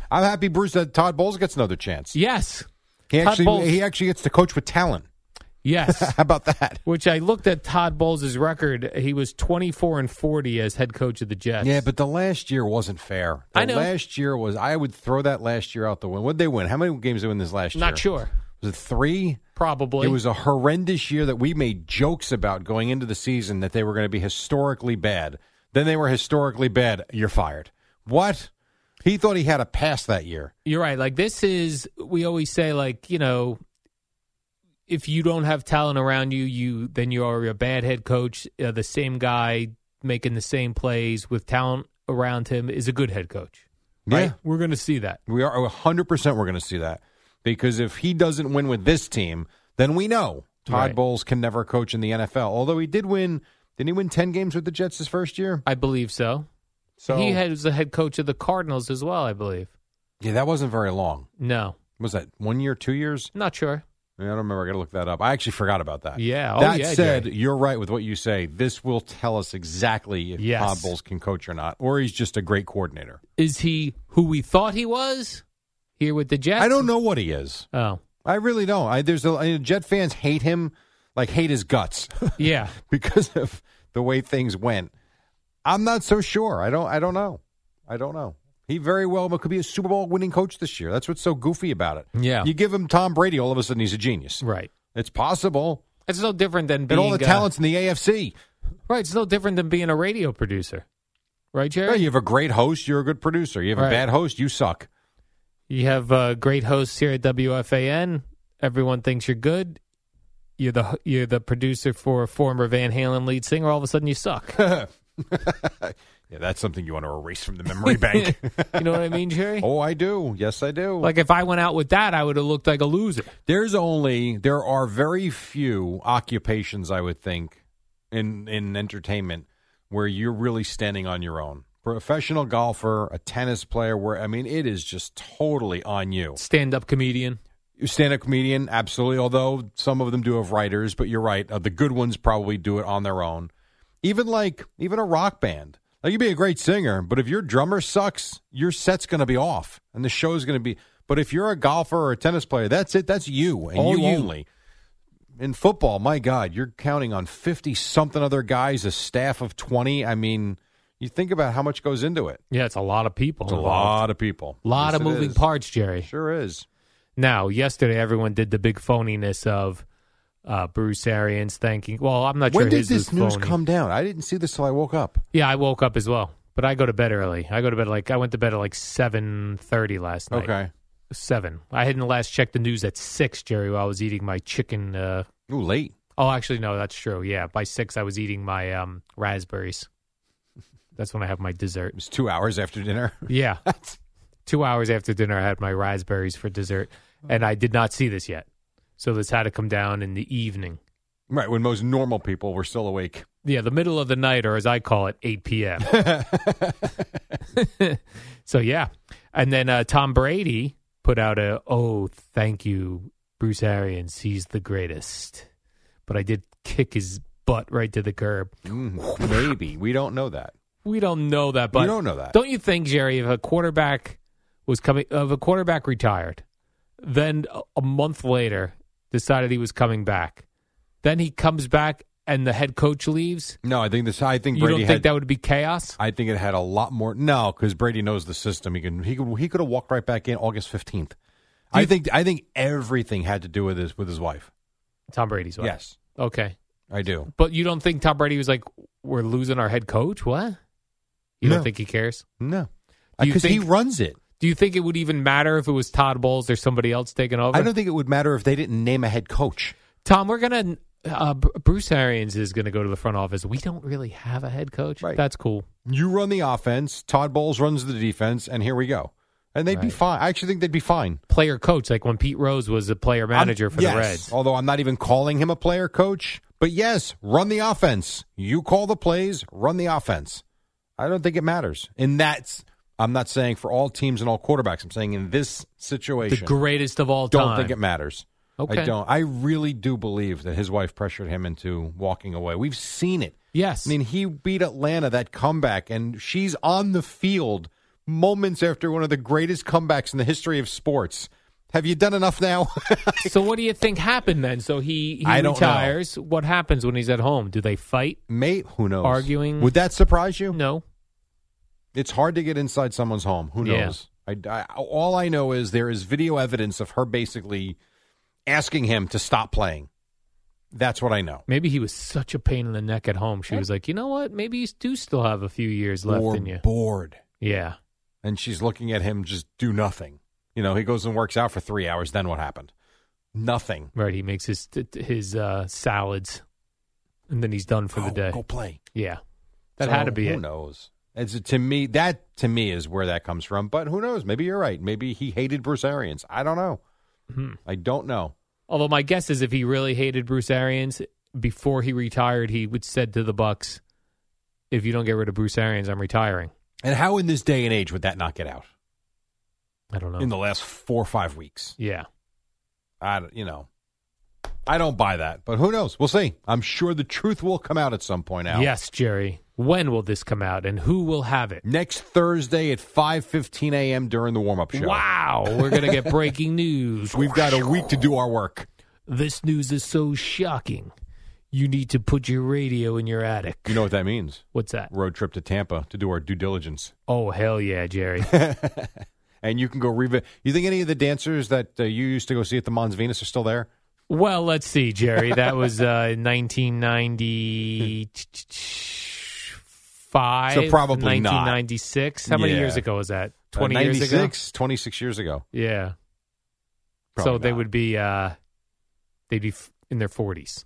S1: I'm happy Bruce that Todd Bowles gets another chance.
S2: Yes.
S1: He
S2: Todd
S1: actually
S2: Bowles.
S1: he actually gets to coach with talent.
S2: Yes.
S1: How about that?
S2: Which I looked at Todd Bowles' record. He was 24 and 40 as head coach of the Jets.
S1: Yeah, but the last year wasn't fair. The
S2: I know.
S1: last year was I would throw that last year out the window. What did they win? How many games did they win this last year?
S2: not sure.
S1: Was it three?
S2: Probably.
S1: It was a horrendous year that we made jokes about going into the season that they were going to be historically bad. Then they were historically bad. You're fired. What? He thought he had a pass that year.
S2: You're right. Like this is we always say like, you know, if you don't have talent around you, you then you are a bad head coach. Uh, the same guy making the same plays with talent around him is a good head coach. Right?
S1: Yeah.
S2: We're going to see that.
S1: We are 100% we're going to see that because if he doesn't win with this team, then we know Todd
S2: Right.
S1: Bowles can never coach in the NFL. Although he did win, didn't he win 10 games with the Jets his first year?
S2: I believe so.
S1: So
S2: he had, was the head coach of the Cardinals as well, I believe.
S1: Yeah, that wasn't very long.
S2: No.
S1: Was that one year, two years?
S2: Not sure.
S1: I don't remember. I got to look that up. I actually forgot about that.
S2: Yeah. Oh,
S1: that
S2: yeah,
S1: said,
S2: Jerry.
S1: you're right with what you say. This will tell us exactly if
S2: Yes.
S1: Todd Bowles can coach or not, or he's just a great coordinator.
S2: Is he who we thought he was here with the Jets?
S1: I don't know what he is.
S2: Oh.
S1: I really don't. I, there's a, I- Jet fans hate him, like hate his guts
S2: Oh. Yeah.
S1: because of the way things went. I'm not so sure. I don't. I don't know. I don't know. He very well could be a Super Bowl winning coach this year. That's what's so goofy about it.
S2: Yeah.
S1: You give him Tom Brady, all of a sudden he's a genius.
S2: right.
S1: It's possible.
S2: It's no different than being
S1: And all the
S2: uh,
S1: talents in the AFC.
S2: Right. It's no different than being a radio producer. Right, Jerry?
S1: Yeah, you have a great host, you're a good producer. You have a
S2: Right.
S1: bad host, you suck.
S2: You have uh, great hosts here at WFAN. Everyone thinks you're good. You're the you're the producer for a former Van Halen lead singer. All of a sudden, you suck.
S1: Yeah, that's something you want to erase from the memory bank.
S2: you know what I mean, Jerry?
S1: oh, I do. Yes, I do.
S2: Like if I went out with that, I would have looked like a loser.
S1: There's only there are very few occupations I would think in in entertainment where you're really standing on your own. Professional golfer, a tennis player, where I mean it is just totally on you.
S2: Stand up comedian.
S1: Stand up comedian, absolutely, although some of them do have writers, but you're right. Uh, the good ones probably do it on their own. Even like even a rock band. Like you'd be a great singer, but if your drummer sucks, your set's going to be off, and the show's going to be. But if you're a golfer or a tennis player, that's it. That's you and
S2: All
S1: you,
S2: you.
S1: only. In football, my God, you're counting on fifty something other guys, a staff of twenty. I mean, you think about how much goes into it.
S2: Yeah, it's a lot of people.
S1: It's a
S2: involved.
S1: lot of people.
S2: lot of
S1: Yes, it
S2: moving
S1: is.
S2: parts, Jerry.
S1: Sure is.
S2: Now, yesterday, everyone did the big phoniness of uh, Bruce Arians thanking. Well, I'm not
S1: when
S2: sure
S1: did
S2: his
S1: this
S2: was
S1: news
S2: phony.
S1: come down? I didn't see this till I woke up.
S2: Yeah, I woke up as well, but I go to bed early. I go to bed like I went to bed at like seven thirty last night.
S1: Okay.
S2: seven. I hadn't last checked the news at six, Jerry. While I was eating my chicken. Uh,
S1: Ooh, late.
S2: oh, actually, no, that's true. Yeah, by six, I was eating my um, raspberries. That's when I have my dessert.
S1: It's two hours after dinner.
S2: Yeah. Two hours after dinner, I had my raspberries for dessert, and I did not see this yet. So this had to come down in the evening.
S1: Right, when most normal people were still awake.
S2: Yeah, the middle of the night, or as I call it, 8 p.m. so, yeah. And then uh, Tom Brady put out a, oh, thank you, Bruce Arians. He's the greatest. But I did kick his butt right to the curb.
S1: Mm, maybe. We don't know that.
S2: We don't know that, but
S1: We don't know that.
S2: Don't you think, Jerry, if a quarterback was coming, if a quarterback retired, then a- a month later decided he was coming back, then he comes back and the head coach leaves,
S1: No, I think this I think
S2: you
S1: Brady
S2: don't think
S1: had
S2: that would be chaos?
S1: I think it had a lot more no, because Brady knows the system. He can he could he could have walked right back in August fifteenth. I think I think everything had to do with his with his wife.
S2: Tom Brady's wife.
S1: Yes.
S2: Okay.
S1: I do.
S2: But you don't think Tom Brady was like, we're losing our head coach? What? You
S1: No.
S2: don't think he cares?
S1: No.
S2: Do you
S1: Because he
S2: think-
S1: runs it.
S2: Do you think it would even matter if it was Todd Bowles or somebody else taking over?
S1: I don't think it would matter if they didn't name a head coach.
S2: Tom, we're gonna. Uh, Br- Bruce Arians is going to go to the front office. We don't really have a head coach.
S1: Right.
S2: That's cool.
S1: You run the offense, Todd Bowles runs the defense, and here we go. And they'd be
S2: Right.
S1: fine. I actually think they'd be fine.
S2: Player coach, like when Pete Rose was a player manager
S1: I'm-
S2: for
S1: yes,
S2: the Reds.
S1: Although I'm not even calling him a player coach, but yes, run the offense. You call the plays, run the offense. I don't think it matters. And that's I'm not saying for all teams and all quarterbacks. I'm saying in this
S2: The
S1: situation,
S2: greatest of all
S1: don't
S2: time.
S1: think it matters.
S2: Okay.
S1: I don't. I really do believe that his wife pressured him into walking away. We've seen it.
S2: Yes.
S1: I mean, he beat Atlanta that comeback, and she's on the field moments after one of the greatest comebacks in the history of sports. Have you done enough now?
S2: so what do you think happened then? So he, he
S1: I don't know.
S2: retires. What happens when he's at home? Do they fight?
S1: Mate, who knows?
S2: Arguing.
S1: Would that surprise you?
S2: No.
S1: It's hard to get inside someone's home. Who
S2: Yeah.
S1: knows? I, I- all I know is there is video evidence of her basically asking him to stop playing. That's what I know.
S2: Maybe he was such a pain in the neck at home. She was like, you know what? Maybe you do still have a few years left
S1: or
S2: in you.
S1: bored.
S2: yeah.
S1: And she's looking at him just do nothing. You know, he goes and works out for three hours. Then what happened? Nothing.
S2: Right. He makes his t- t- his uh, salads, and then he's done for the
S1: Go-
S2: day.
S1: Oh, Go play.
S2: Yeah. That
S1: So,
S2: had to be
S1: Who
S2: it.
S1: knows? As to me, that to me is where that comes from. But who knows? Maybe you're right. Maybe he hated Bruce Arians. I don't know.
S2: Hmm.
S1: I don't know.
S2: Although my guess is if he really hated Bruce Arians before he retired, he would said to the Bucks, "If you don't get rid of Bruce Arians, I'm retiring."
S1: And how in this day and age would that not get out
S2: I don't know.
S1: in the last four or five weeks?
S2: yeah.
S1: I don't- you know, I don't buy that. But who knows? We'll see. I'm sure the truth will come out at some point. Now,
S2: Yes, Jerry. When will this come out, and who will have it?
S1: next Thursday at 5:15 a.m. during the warm-up show.
S2: Wow, we're gonna get breaking news.
S1: We've got a week to do our work.
S2: This news is so shocking. You need to put your radio in your attic.
S1: You know what that means?
S2: What's that?
S1: Road trip to Tampa to do our due diligence.
S2: Oh hell yeah, Jerry.
S1: and you can go revisit. You think any of the dancers that uh, you used to go see at the Mons Venus are still there?
S2: Well, let's see, Jerry. That was uh, 1995.
S1: So probably not.
S2: 1996. How many
S1: Yeah.
S2: years ago was that?
S1: Uh,
S2: 20 years ago?
S1: 96, 26 years ago.
S2: Yeah.
S1: Probably
S2: so they
S1: not.
S2: would be uh, they'd be f- in their 40s.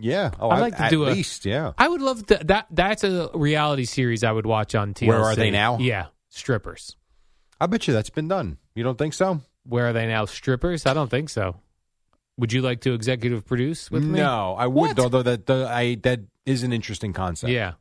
S1: Yeah. Oh,
S2: I'd
S1: I-
S2: like to
S1: at
S2: do a-
S1: least, yeah.
S2: I would love to, that. That's a reality series I would watch on TLC.
S1: Where are they now?
S2: Yeah. Strippers.
S1: I bet you that's been done. You don't think so?
S2: Where are they now? Strippers? I don't think so. Would you like to executive produce with me?
S1: no, I
S2: What?
S1: would. Although that the, I that is an interesting concept.
S2: Yeah.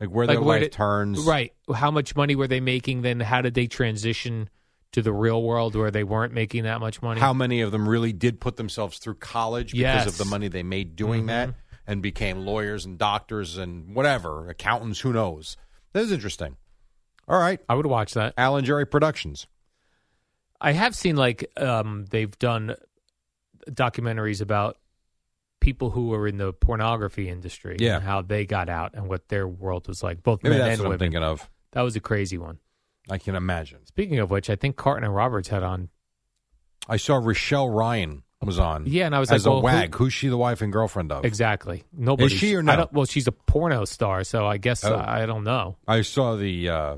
S1: like where
S2: Like,
S1: their
S2: where
S1: life
S2: did-
S1: turns.
S2: Right. How much money were they making then? How did they transition to the real world where they weren't making that much money?
S1: How many of them really did put themselves through college because
S2: Yes. Mm-hmm.
S1: of the money they made doing that? and became lawyers and doctors and whatever, accountants, who knows. That is interesting. All right.
S2: I would watch that.
S1: Alan Jerry Productions.
S2: I have seen like um, they've done documentaries about people who were in the pornography industry
S1: Yeah.
S2: and how they got out and what their world was like, both
S1: Maybe
S2: men
S1: that's
S2: and
S1: what I'm
S2: women.
S1: thinking of.
S2: That was a crazy one.
S1: I can imagine.
S2: Speaking of which, I think Carton and Roberts had on.
S1: I saw Rochelle Ryan was on.
S2: Yeah, and I was
S1: as
S2: like,
S1: a
S2: well, who-
S1: wag. Who's she the wife and girlfriend of?
S2: Exactly. Nobody.
S1: Oh. she or
S2: I
S1: no?
S2: don't- well, she's a porno star, so I guess uh,
S1: Oh.
S2: I, I don't know.
S1: I saw the uh,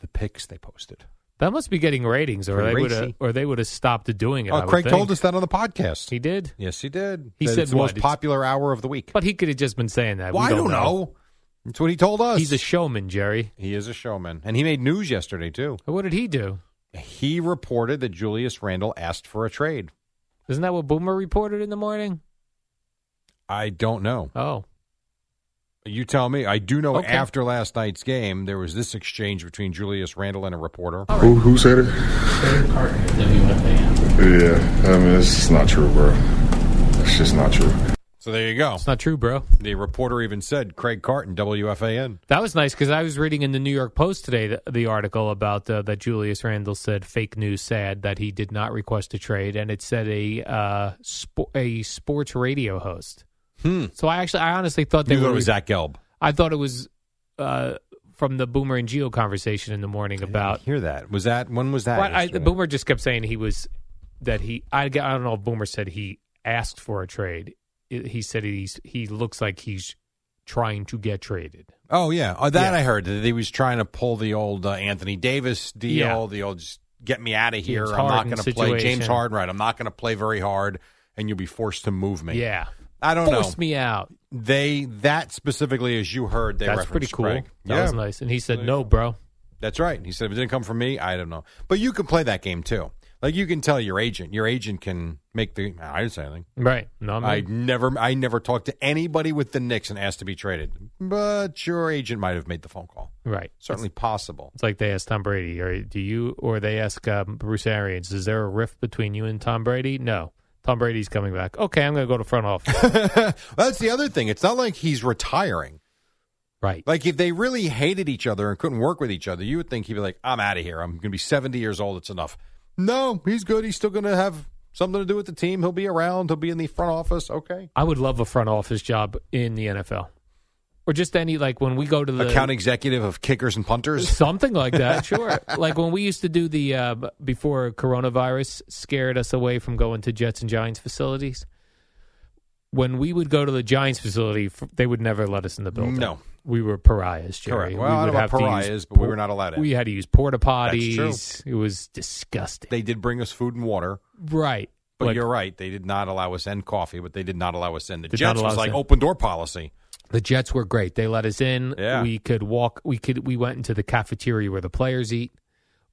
S1: the pics they posted.
S2: That must be getting ratings, or they would have,
S1: Crazy.
S2: or they would have stopped doing it. I
S1: Oh,
S2: would
S1: Craig
S2: think.
S1: told us that on the podcast.
S2: he did,
S1: Yes, he did.
S2: He
S1: That
S2: said
S1: it's the
S2: what?
S1: most
S2: It's-
S1: popular hour of the week.
S2: but he could have just been saying that.
S1: Well,
S2: we
S1: I don't know. That's what he told us.
S2: He's a showman, Jerry.
S1: he is a showman, and he made news yesterday too.
S2: What did he do?
S1: He reported that Julius Randle asked for a trade.
S2: Isn't that what Boomer reported in the morning?
S1: I don't know.
S2: Oh,
S1: You tell me. I do know
S2: Okay.
S1: after last night's game, there was this exchange between Julius Randle and a reporter.
S2: Oh.
S6: Who, who said it? Yeah, I mean, it's just not true, bro. It's just not true.
S1: So there you go.
S2: it's not true, bro.
S1: The reporter even said Craig Carton, WFAN.
S2: That was nice because I was reading in the New York Post today the, the article about uh, that Julius Randle said fake news sad that he did not request a trade, and it said a uh, spo- a sports radio host.
S1: Hmm.
S2: So I actually, I honestly thought they
S1: You
S2: were.
S1: thought it was Zach Gelb.
S2: I thought it was uh, from the Boomer and Geo conversation in the morning about.
S1: Hear that? Was that when was that?
S2: Uh, Well, I, the
S1: yesterday?
S2: Boomer just kept saying he was that he. I, g- I don't know if Boomer said he asked for a trade. I- He said he's he looks like he's trying to get traded.
S1: Oh yeah, oh, that
S2: Yeah.
S1: I heard that he was trying to pull the old uh, Anthony Davis deal,
S2: Yeah.
S1: the old just get me out of here.
S2: James
S1: I'm not
S2: Harden
S1: going to play
S2: situation.
S1: James Harden, right? I'm not going to play very hard, and you'll be forced to move me.
S2: Yeah,
S1: I don't
S2: force
S1: know.
S2: me out.
S1: They that specifically, as you heard, they
S2: That's pretty
S1: referenced
S2: cool.
S1: Craig.
S2: That
S1: yeah,
S2: was nice. And he said, "No, bro."
S1: that's right. He said if it didn't come from me, I don't know. But you can play that game too. Like you can tell your agent. Your agent can make the. I didn't say anything.
S2: Right? No, I'm
S1: I never, I never talked to anybody with the Knicks and asked to be traded. But your agent might have made the phone call.
S2: right.
S1: Certainly possible.
S2: It's like they asked Tom Brady, or do you, or they ask um, Bruce Arians, is there a rift between you and Tom Brady? No. Tom Brady's coming back. Okay, I'm going to go to front office.
S1: That's the other thing. It's not like he's retiring.
S2: right.
S1: Like if they really hated each other and couldn't work with each other, you would think he'd be like, "I'm out of here. I'm going to be 70 years old. It's enough." No, he's good. He's still going to have something to do with the team. He'll be around. He'll be in the front office. Okay.
S2: I would love a front office job in the NFL, or just any like when we go to the
S1: Account executive of kickers and punters.
S2: something like that. Sure, like when we used to do the uh, b- before coronavirus scared us away from going to Jets and Giants facilities. When we would go to the Giants facility, f- they would never let us in the building.
S1: No.
S2: we were pariahs, Jerry.
S1: Correct.
S2: we
S1: Well, I
S2: would
S1: don't know
S2: have
S1: about
S2: to use
S1: pariahs, but we were not allowed in.
S2: We had to use porta
S1: true.
S2: potties. It was disgusting.
S1: They did bring us food and water.
S2: right,
S1: But
S2: Like,
S1: you're right. They did not allow us in coffee, but they did not allow us in. The
S2: Did not
S1: Jets
S2: allow
S1: was
S2: us
S1: like
S2: in.
S1: open door policy.
S2: The Jets were great. They let us in.
S1: Yeah.
S2: We could walk. We could. We went into the cafeteria where the players eat.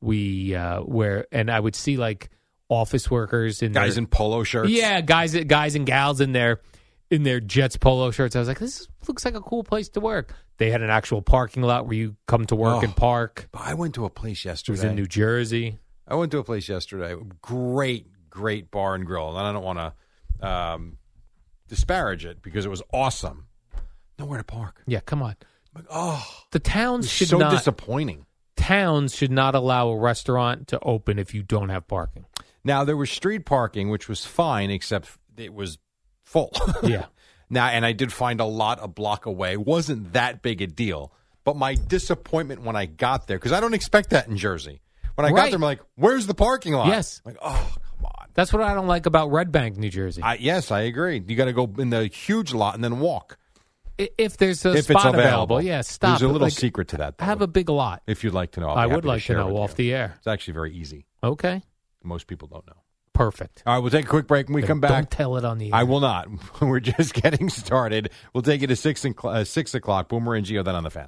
S2: We uh, where and I would see like office workers in
S1: Guys
S2: their,
S1: in polo shirts.
S2: yeah guys guys and gals in their in their Jets polo shirts. I was like, this looks like a cool place to work. They had an actual parking lot where you come to work
S1: Oh.
S2: and park.
S1: But I went to a place
S2: It
S1: yesterday.
S2: was in New Jersey.
S1: I went to a place yesterday. Great, great bar and grill, and I don't want to um, disparage it because it was awesome. Nowhere to park.
S2: Yeah, come on.
S1: Oh,
S2: The
S1: it
S2: towns
S1: was
S2: should
S1: so
S2: not
S1: disappointing.
S2: towns should not allow a restaurant to open if you don't have parking.
S1: Now there was street parking, which was fine, except it was full.
S2: Yeah.
S1: now, and I did find a lot a block away. wasn't that big a deal, but my disappointment when I got there because I don't expect that in Jersey. When I got
S2: Right.
S1: there, I'm like, "Where's the parking lot?"
S2: Yes.
S1: like, oh, come on.
S2: That's what I don't like about Red Bank, New Jersey.
S1: I, yes, I agree. You got to go in the huge lot and then walk.
S2: I- if there's a
S1: if
S2: spot
S1: it's available.
S2: Yeah, stop.
S1: There's a
S2: it.
S1: little
S2: Like,
S1: secret to that. Though,
S2: Have a big lot.
S1: if you'd like to know. I'll be
S2: I
S1: happy
S2: would like to
S1: share
S2: know
S1: with
S2: off
S1: you.
S2: the air.
S1: It's actually very easy.
S2: Okay,
S1: Most people don't know.
S2: perfect.
S1: All right, we'll take a quick break. When we
S2: Then
S1: come back,
S2: Don't tell it on the. Air.
S1: I will not. We're just getting started. We'll take it to six and uh, six o'clock. Boomer and Geo then on the fan.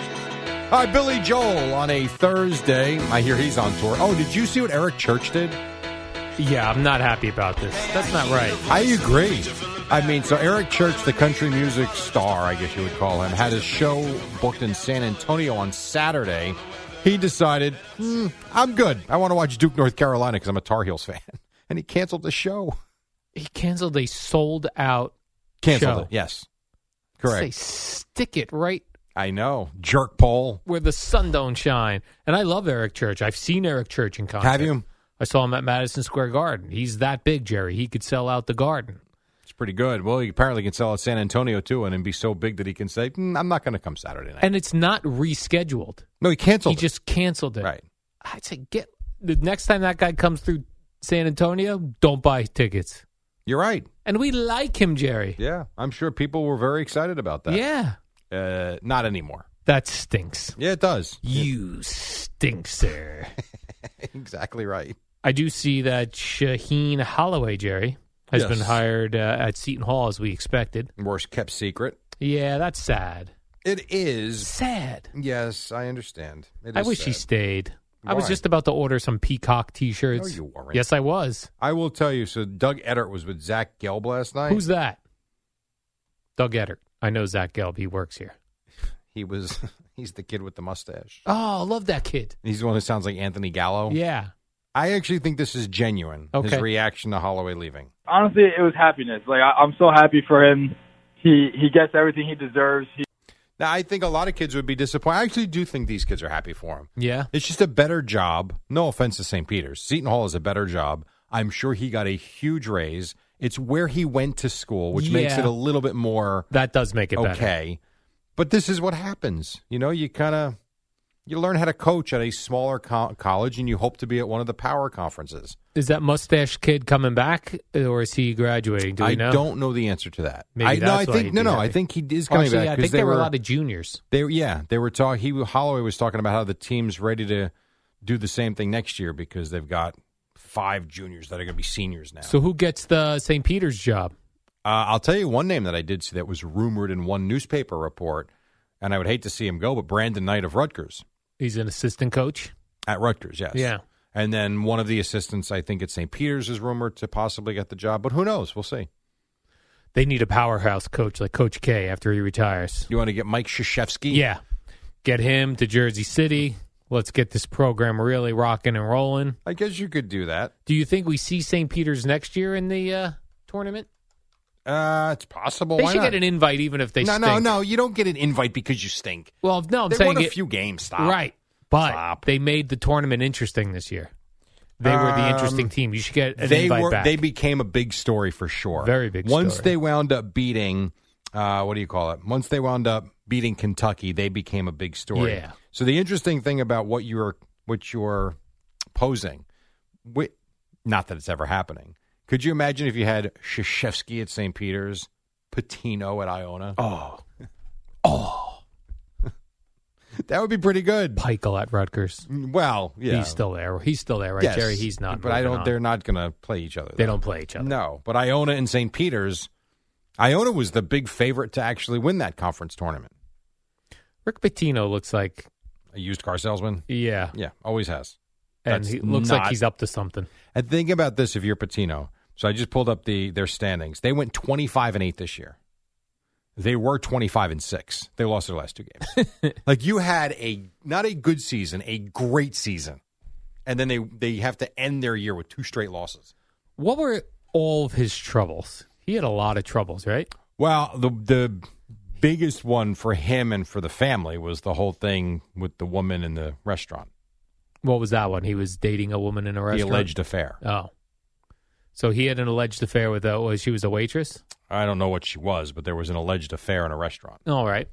S1: Hi, Billy Joel on a Thursday. I hear he's on tour. Oh, did you see what Eric Church did?
S2: Yeah, I'm not happy about this. That's not right.
S1: I agree. I mean, so Eric Church, the country music star, I guess you would call him, had his show booked in San Antonio on Saturday. He decided, "Hmm, I'm good. I want to watch Duke, North Carolina because I'm a Tar Heels fan. And he canceled the show.
S2: He canceled a sold out
S1: Canceled
S2: show.
S1: it, yes.
S2: They
S1: Correct.
S2: stick it right
S1: I know. Jerk pole.
S2: where the sun don't shine. And I love Eric Church. I've seen Eric Church in concert.
S1: Have you?
S2: I saw him at Madison Square Garden. He's that big, Jerry. He could sell out the Garden.
S1: It's pretty good. Well, he apparently can sell at San Antonio, too, and then be so big that he can say, "Mm, I'm not going to come Saturday night.
S2: And it's not rescheduled.
S1: No, he canceled
S2: he just canceled it.
S1: Right.
S2: I'd say get the next time that guy comes through San Antonio, don't buy tickets.
S1: You're right.
S2: And we like him, Jerry.
S1: Yeah, I'm sure people were very excited about that.
S2: Yeah.
S1: Uh, not anymore.
S2: That stinks.
S1: Yeah, it does.
S2: You stink, sir.
S1: exactly right.
S2: I do see that Shaheen Holloway, Jerry, has
S1: Yes.
S2: been hired uh, at Seton Hall as we expected.
S1: Worst kept secret.
S2: Yeah, that's sad.
S1: It is.
S2: Sad.
S1: Yes, I understand. It
S2: I
S1: is
S2: wish he
S1: sad.
S2: stayed. I was
S1: Why?
S2: just about to order some peacock T-shirts.
S1: No, you weren't.
S2: Yes, I was.
S1: I will tell you. So Doug Edert was with Zach Gelb last night.
S2: Who's that? Doug Eddard. I know Zach Gelb. He works here.
S1: He was. He's the kid with the mustache.
S2: Oh, I love that kid.
S1: He's the one who sounds like Anthony Gallo.
S2: Yeah.
S1: I actually think this is genuine.
S2: Okay.
S1: His reaction to Holloway leaving.
S7: honestly, it was happiness. Like I, I'm so happy for him. He he gets everything he deserves. He
S1: Now, I think a lot of kids would be disappointed. I actually do think these kids are happy for him.
S2: Yeah.
S1: It's just a better job. No offense to St. Peter's. Seton Hall is a better job. I'm sure he got a huge raise. It's where he went to school, which makes
S2: Yeah.
S1: it a little bit more
S2: That does make it better.
S1: okay. But this is what happens. You know, you kind of you learn how to coach at a smaller co- college and you hope to be at one of the power conferences.
S2: Is that mustache kid coming back, or is he graduating? Do we
S1: I
S2: know?
S1: don't know the answer to that.
S2: Maybe
S1: I, no,
S2: that's
S1: I
S2: why
S1: think
S2: he'd
S1: no,
S2: be
S1: no. I
S2: happy.
S1: think he is
S2: Well,
S1: coming
S2: actually,
S1: back
S2: I
S1: because
S2: think
S1: they
S2: there were
S1: were
S2: a lot of juniors.
S1: They yeah, they were talking. He Holloway was talking about how the team's ready to do the same thing next year because they've got five juniors that are going to be seniors now.
S2: So who gets the St. Peter's job?
S1: uh, I'll tell you one name that I did see that was rumored in one newspaper report, and I would hate to see him go, but Brandon Knight of Rutgers
S2: He's an assistant coach.
S1: at Rutgers, yes,
S2: Yeah.
S1: And then one of the assistants, I think at St. Peter's, is rumored to possibly get the job, but who knows? We'll see.
S2: They need a powerhouse coach like Coach K after he retires.
S1: You want to get Mike Krzyzewski?
S2: Yeah. Get him to Jersey City. Let's get this program really rocking and rolling.
S1: I guess you could do that.
S2: Do you think we see St. Peter's next year in the uh, tournament?
S1: Uh, it's possible.
S2: they
S1: Why
S2: should
S1: not?
S2: get an invite even if they
S1: no,
S2: stink.
S1: no, no. You don't get an invite because you stink.
S2: Well, no, I'm
S1: they
S2: saying
S1: won a
S2: it-
S1: few games. Stop.
S2: Right. But
S1: Stop.
S2: they made the tournament interesting this year. They were the interesting
S1: Um,
S2: team. You should get an
S1: they
S2: invite
S1: were.
S2: back.
S1: They became a big story for sure.
S2: Very big
S1: Once
S2: story.
S1: they wound up beating, uh, what do you call it? Once they wound up beating Kentucky, they became a big story.
S2: Yeah.
S1: So the interesting thing about what you're what you're posing, wi- not that it's ever happening. Could you imagine if you had Shashevsky at St. Peter's, Patino at Iona? Oh.
S2: Oh,
S1: that would be pretty good.
S2: Peichel at Rutgers.
S1: Well, yeah,
S2: He's still there. He's still there, right,
S1: Yes,
S2: Jerry? He's not.
S1: But I
S2: moving
S1: don't.
S2: on.
S1: They're not going to play each other.
S2: They
S1: though.
S2: don't play each other.
S1: No, but Iona and St. Peter's. Iona was the big favorite to actually win that conference tournament.
S2: Rick Pitino looks like
S1: A used car salesman.
S2: yeah,
S1: Yeah, always has.
S2: and
S1: That's
S2: he looks like
S1: not-
S2: he's up to something.
S1: And think about this: if you're Patino, so I just pulled up the their standings. They went 25 and eight this year. They were 25 and six. They lost their last two games. like you had a not a good season, a great season, and then they they have to end their year with two straight losses.
S2: What were all of his troubles? He had a lot of troubles, right?
S1: Well, the the biggest one for him and for the family was the whole thing with the woman in the restaurant,
S2: What was that one? He was dating a woman in a
S1: the
S2: restaurant.
S1: alleged affair.
S2: Oh, So he had an alleged affair with uh, well, she was a waitress.
S1: I don't know what she was, but there was an alleged affair in a restaurant.
S2: All right,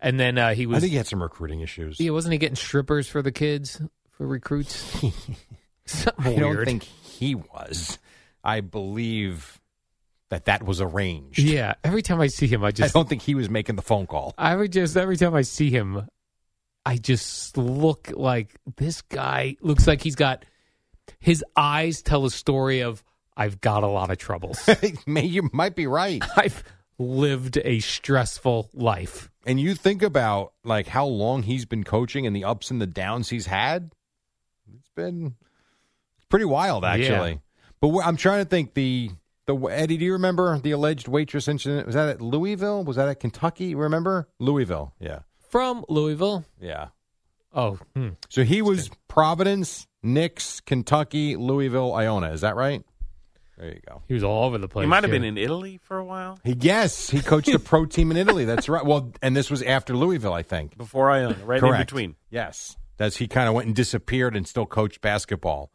S2: and then uh, he was.
S1: I think he had some recruiting issues.
S2: Yeah, wasn't he getting strippers for the kids for recruits? Something
S1: I
S2: weird.
S1: don't think he was. I believe that that was arranged.
S2: Yeah, every time I see him, I just
S1: I don't think he was making the phone call.
S2: I would just every time I see him, I just look like this guy looks like he's got his eyes tell a story of I've got a lot of troubles.
S1: May you might be right.
S2: I've lived a stressful life.
S1: And you think about like how long he's been coaching and the ups and the downs he's had. It's been pretty wild, actually. But wh- I'm trying to think the the Eddie. Do you remember the alleged waitress incident? Was that at Louisville? Was that at Kentucky? Remember Louisville? Yeah,
S2: From Louisville.
S1: yeah.
S2: Oh, hmm.
S1: So he was Providence, Knicks, Kentucky, Louisville, Iona. Is that right? There you go.
S2: he was all over the place.
S8: He might have
S2: too.
S8: been in Italy for a while
S1: He, yes, he coached a pro team in Italy. That's right. Well, and this was after Louisville, I think.
S8: before Iona, right in
S1: Correct.
S8: between.
S1: Yes, that's he kind of went and disappeared and still coached basketball,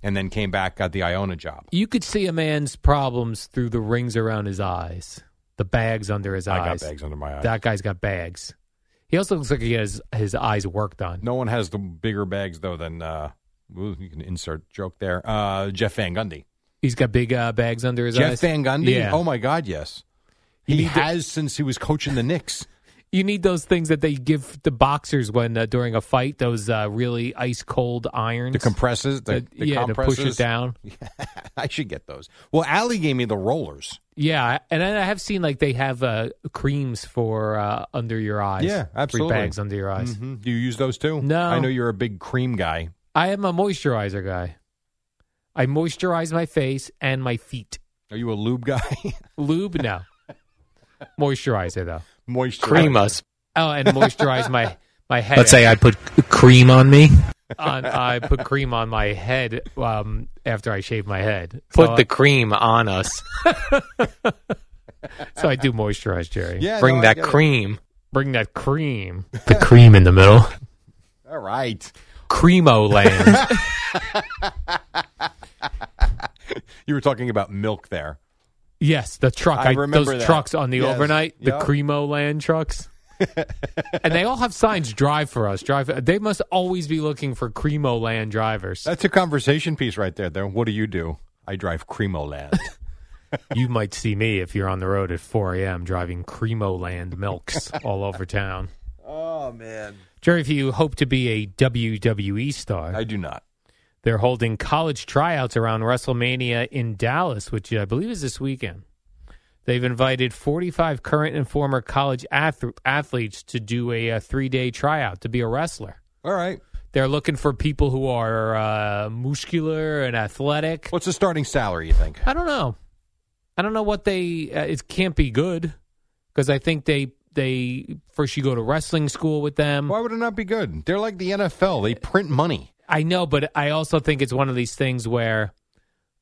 S1: and then came back got the Iona job.
S2: You could see a man's problems through the rings around his eyes, the bags under his
S1: I got
S2: eyes.
S1: bags under my eyes.
S2: That guy's got bags. He also looks like he has his eyes worked on.
S1: No one has the bigger bags though than uh, ooh, you can insert joke there. Uh, Jeff Van Gundy.
S2: He's got big uh, bags under his
S1: Jeff
S2: eyes.
S1: Van Gundy.
S2: Yeah.
S1: Oh my God, yes.
S2: You
S1: He
S2: need to-
S1: has since he was coaching the Knicks.
S2: You need those things that they give the boxers when uh, during a fight. Those uh, really ice cold irons.
S1: The compresses, the,
S2: that-
S1: the
S2: Uh, yeah, to push it
S1: compresses.
S2: down.
S1: I should get those. Well, Allie gave me the rollers.
S2: Yeah, and I I have seen like they have uh, creams for uh, under your eyes.
S1: Yeah, absolutely.
S2: Free bags under your eyes.
S1: Mhm. Do you use those too?
S2: No.
S1: I know you're a big cream guy.
S2: I am a moisturizer guy. I moisturize my face and my feet.
S1: Are you a lube guy?
S2: Lube, no. moisturizer though.
S1: Moisture.
S5: Cream us.
S2: Oh, and moisturize my my head.
S5: I put cream on me.
S2: on, I put cream on my head um, after I shave my head.
S5: Put
S2: So
S5: the cream on us.
S2: I- so I do moisturize, Jerry.
S1: Yeah,
S5: Bring
S1: no, I
S5: that
S1: get it.
S5: cream.
S2: Bring that cream. The cream in the middle.
S1: All right.
S5: Creamo land.
S1: You were talking about milk there.
S2: Yes, the truck.
S1: I remember
S2: those
S1: that.
S2: trucks on the
S1: Yes,
S2: overnight,
S1: yep.
S2: the Cremo Land trucks. and they all have signs drive for us. Drive. They must always be looking for Cremo Land drivers.
S1: That's a conversation piece right there. Though, what do you do? I drive Cremo Land.
S2: you might see me if you're on the road at 4 a.m. driving Cremo Land milks all over town.
S1: oh man,
S2: Jerry, if you hope to be a WWE star,
S1: I do not.
S2: They're holding college tryouts around WrestleMania in Dallas, which uh, I believe is this weekend. They've invited 45 current and former college ath- athletes to do a, uh three day tryout to be a wrestler.
S1: All right.
S2: They're looking for people who are uh, muscular and athletic.
S1: What's the starting salary? You think?
S2: I don't know. I don't know what they. Uh, it can't be good because I think they they first you go to wrestling school with them.
S1: Why would it not be good? They're like the NFL. They print money.
S2: I know, but I also think it's one of these things where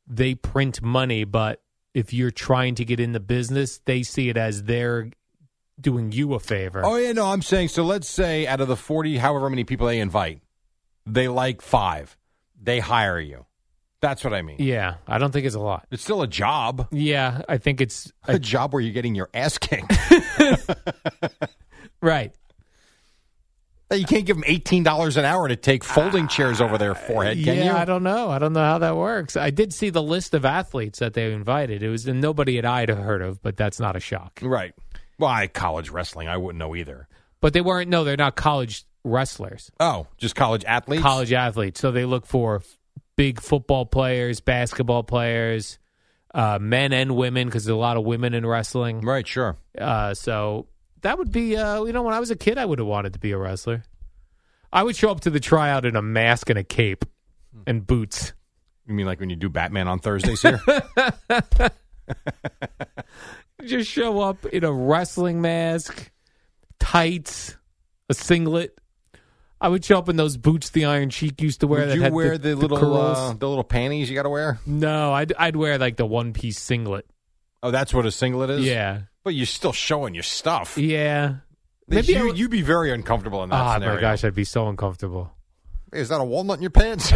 S2: they print money, but if you're trying to get in the business, they see it as they're doing you a favor.
S1: Oh yeah, no, I'm saying so. Let's say out of the forty, however many people they invite, they like five. They hire you. That's what I mean.
S2: yeah, I don't think it's a lot.
S1: It's still a job.
S2: Yeah, I think it's
S1: A job where you're getting your ass kicked.
S2: right.
S1: you can't give them eighteen dollars an hour to take folding chairs over their forehead, can
S2: yeah,
S1: you?
S2: I don't know. I don't know how that works. I did see the list of athletes that they invited. It was nobody that I'd heard of, but that's not a shock.
S1: Right. Why college wrestling? I wouldn't know either.
S2: But they weren't. No, they're not college wrestlers.
S1: Oh, just college athletes.
S2: college athletes. So they look for f- big football players, basketball players, uh, men and women, because there's a lot of women in wrestling.
S1: Right. Sure.
S2: Uh, so that would be, uh, you know, when I was a kid, I would have wanted to be a wrestler. I would show up to the tryout in a mask and a cape and boots.
S1: You mean like when you do Batman on Thursdays here?
S2: Just show up in a wrestling mask, tights, a singlet. I would show up in those boots the Iron Cheek used to wear.
S1: Would
S2: that
S1: you
S2: had
S1: wear the, little
S2: curls.
S1: uh, the little panties you got to wear?
S2: no, I'd, I'd wear like the one piece singlet.
S1: Oh, that's what a singlet is.
S2: Yeah.
S1: But you're still showing your stuff.
S2: Yeah.
S1: Maybe
S2: I
S1: you,
S2: would-
S1: you'd be very uncomfortable in that
S2: Ah,
S1: scenario.
S2: my gosh, I'd be so uncomfortable.
S1: Hey, Is that a walnut in your pants?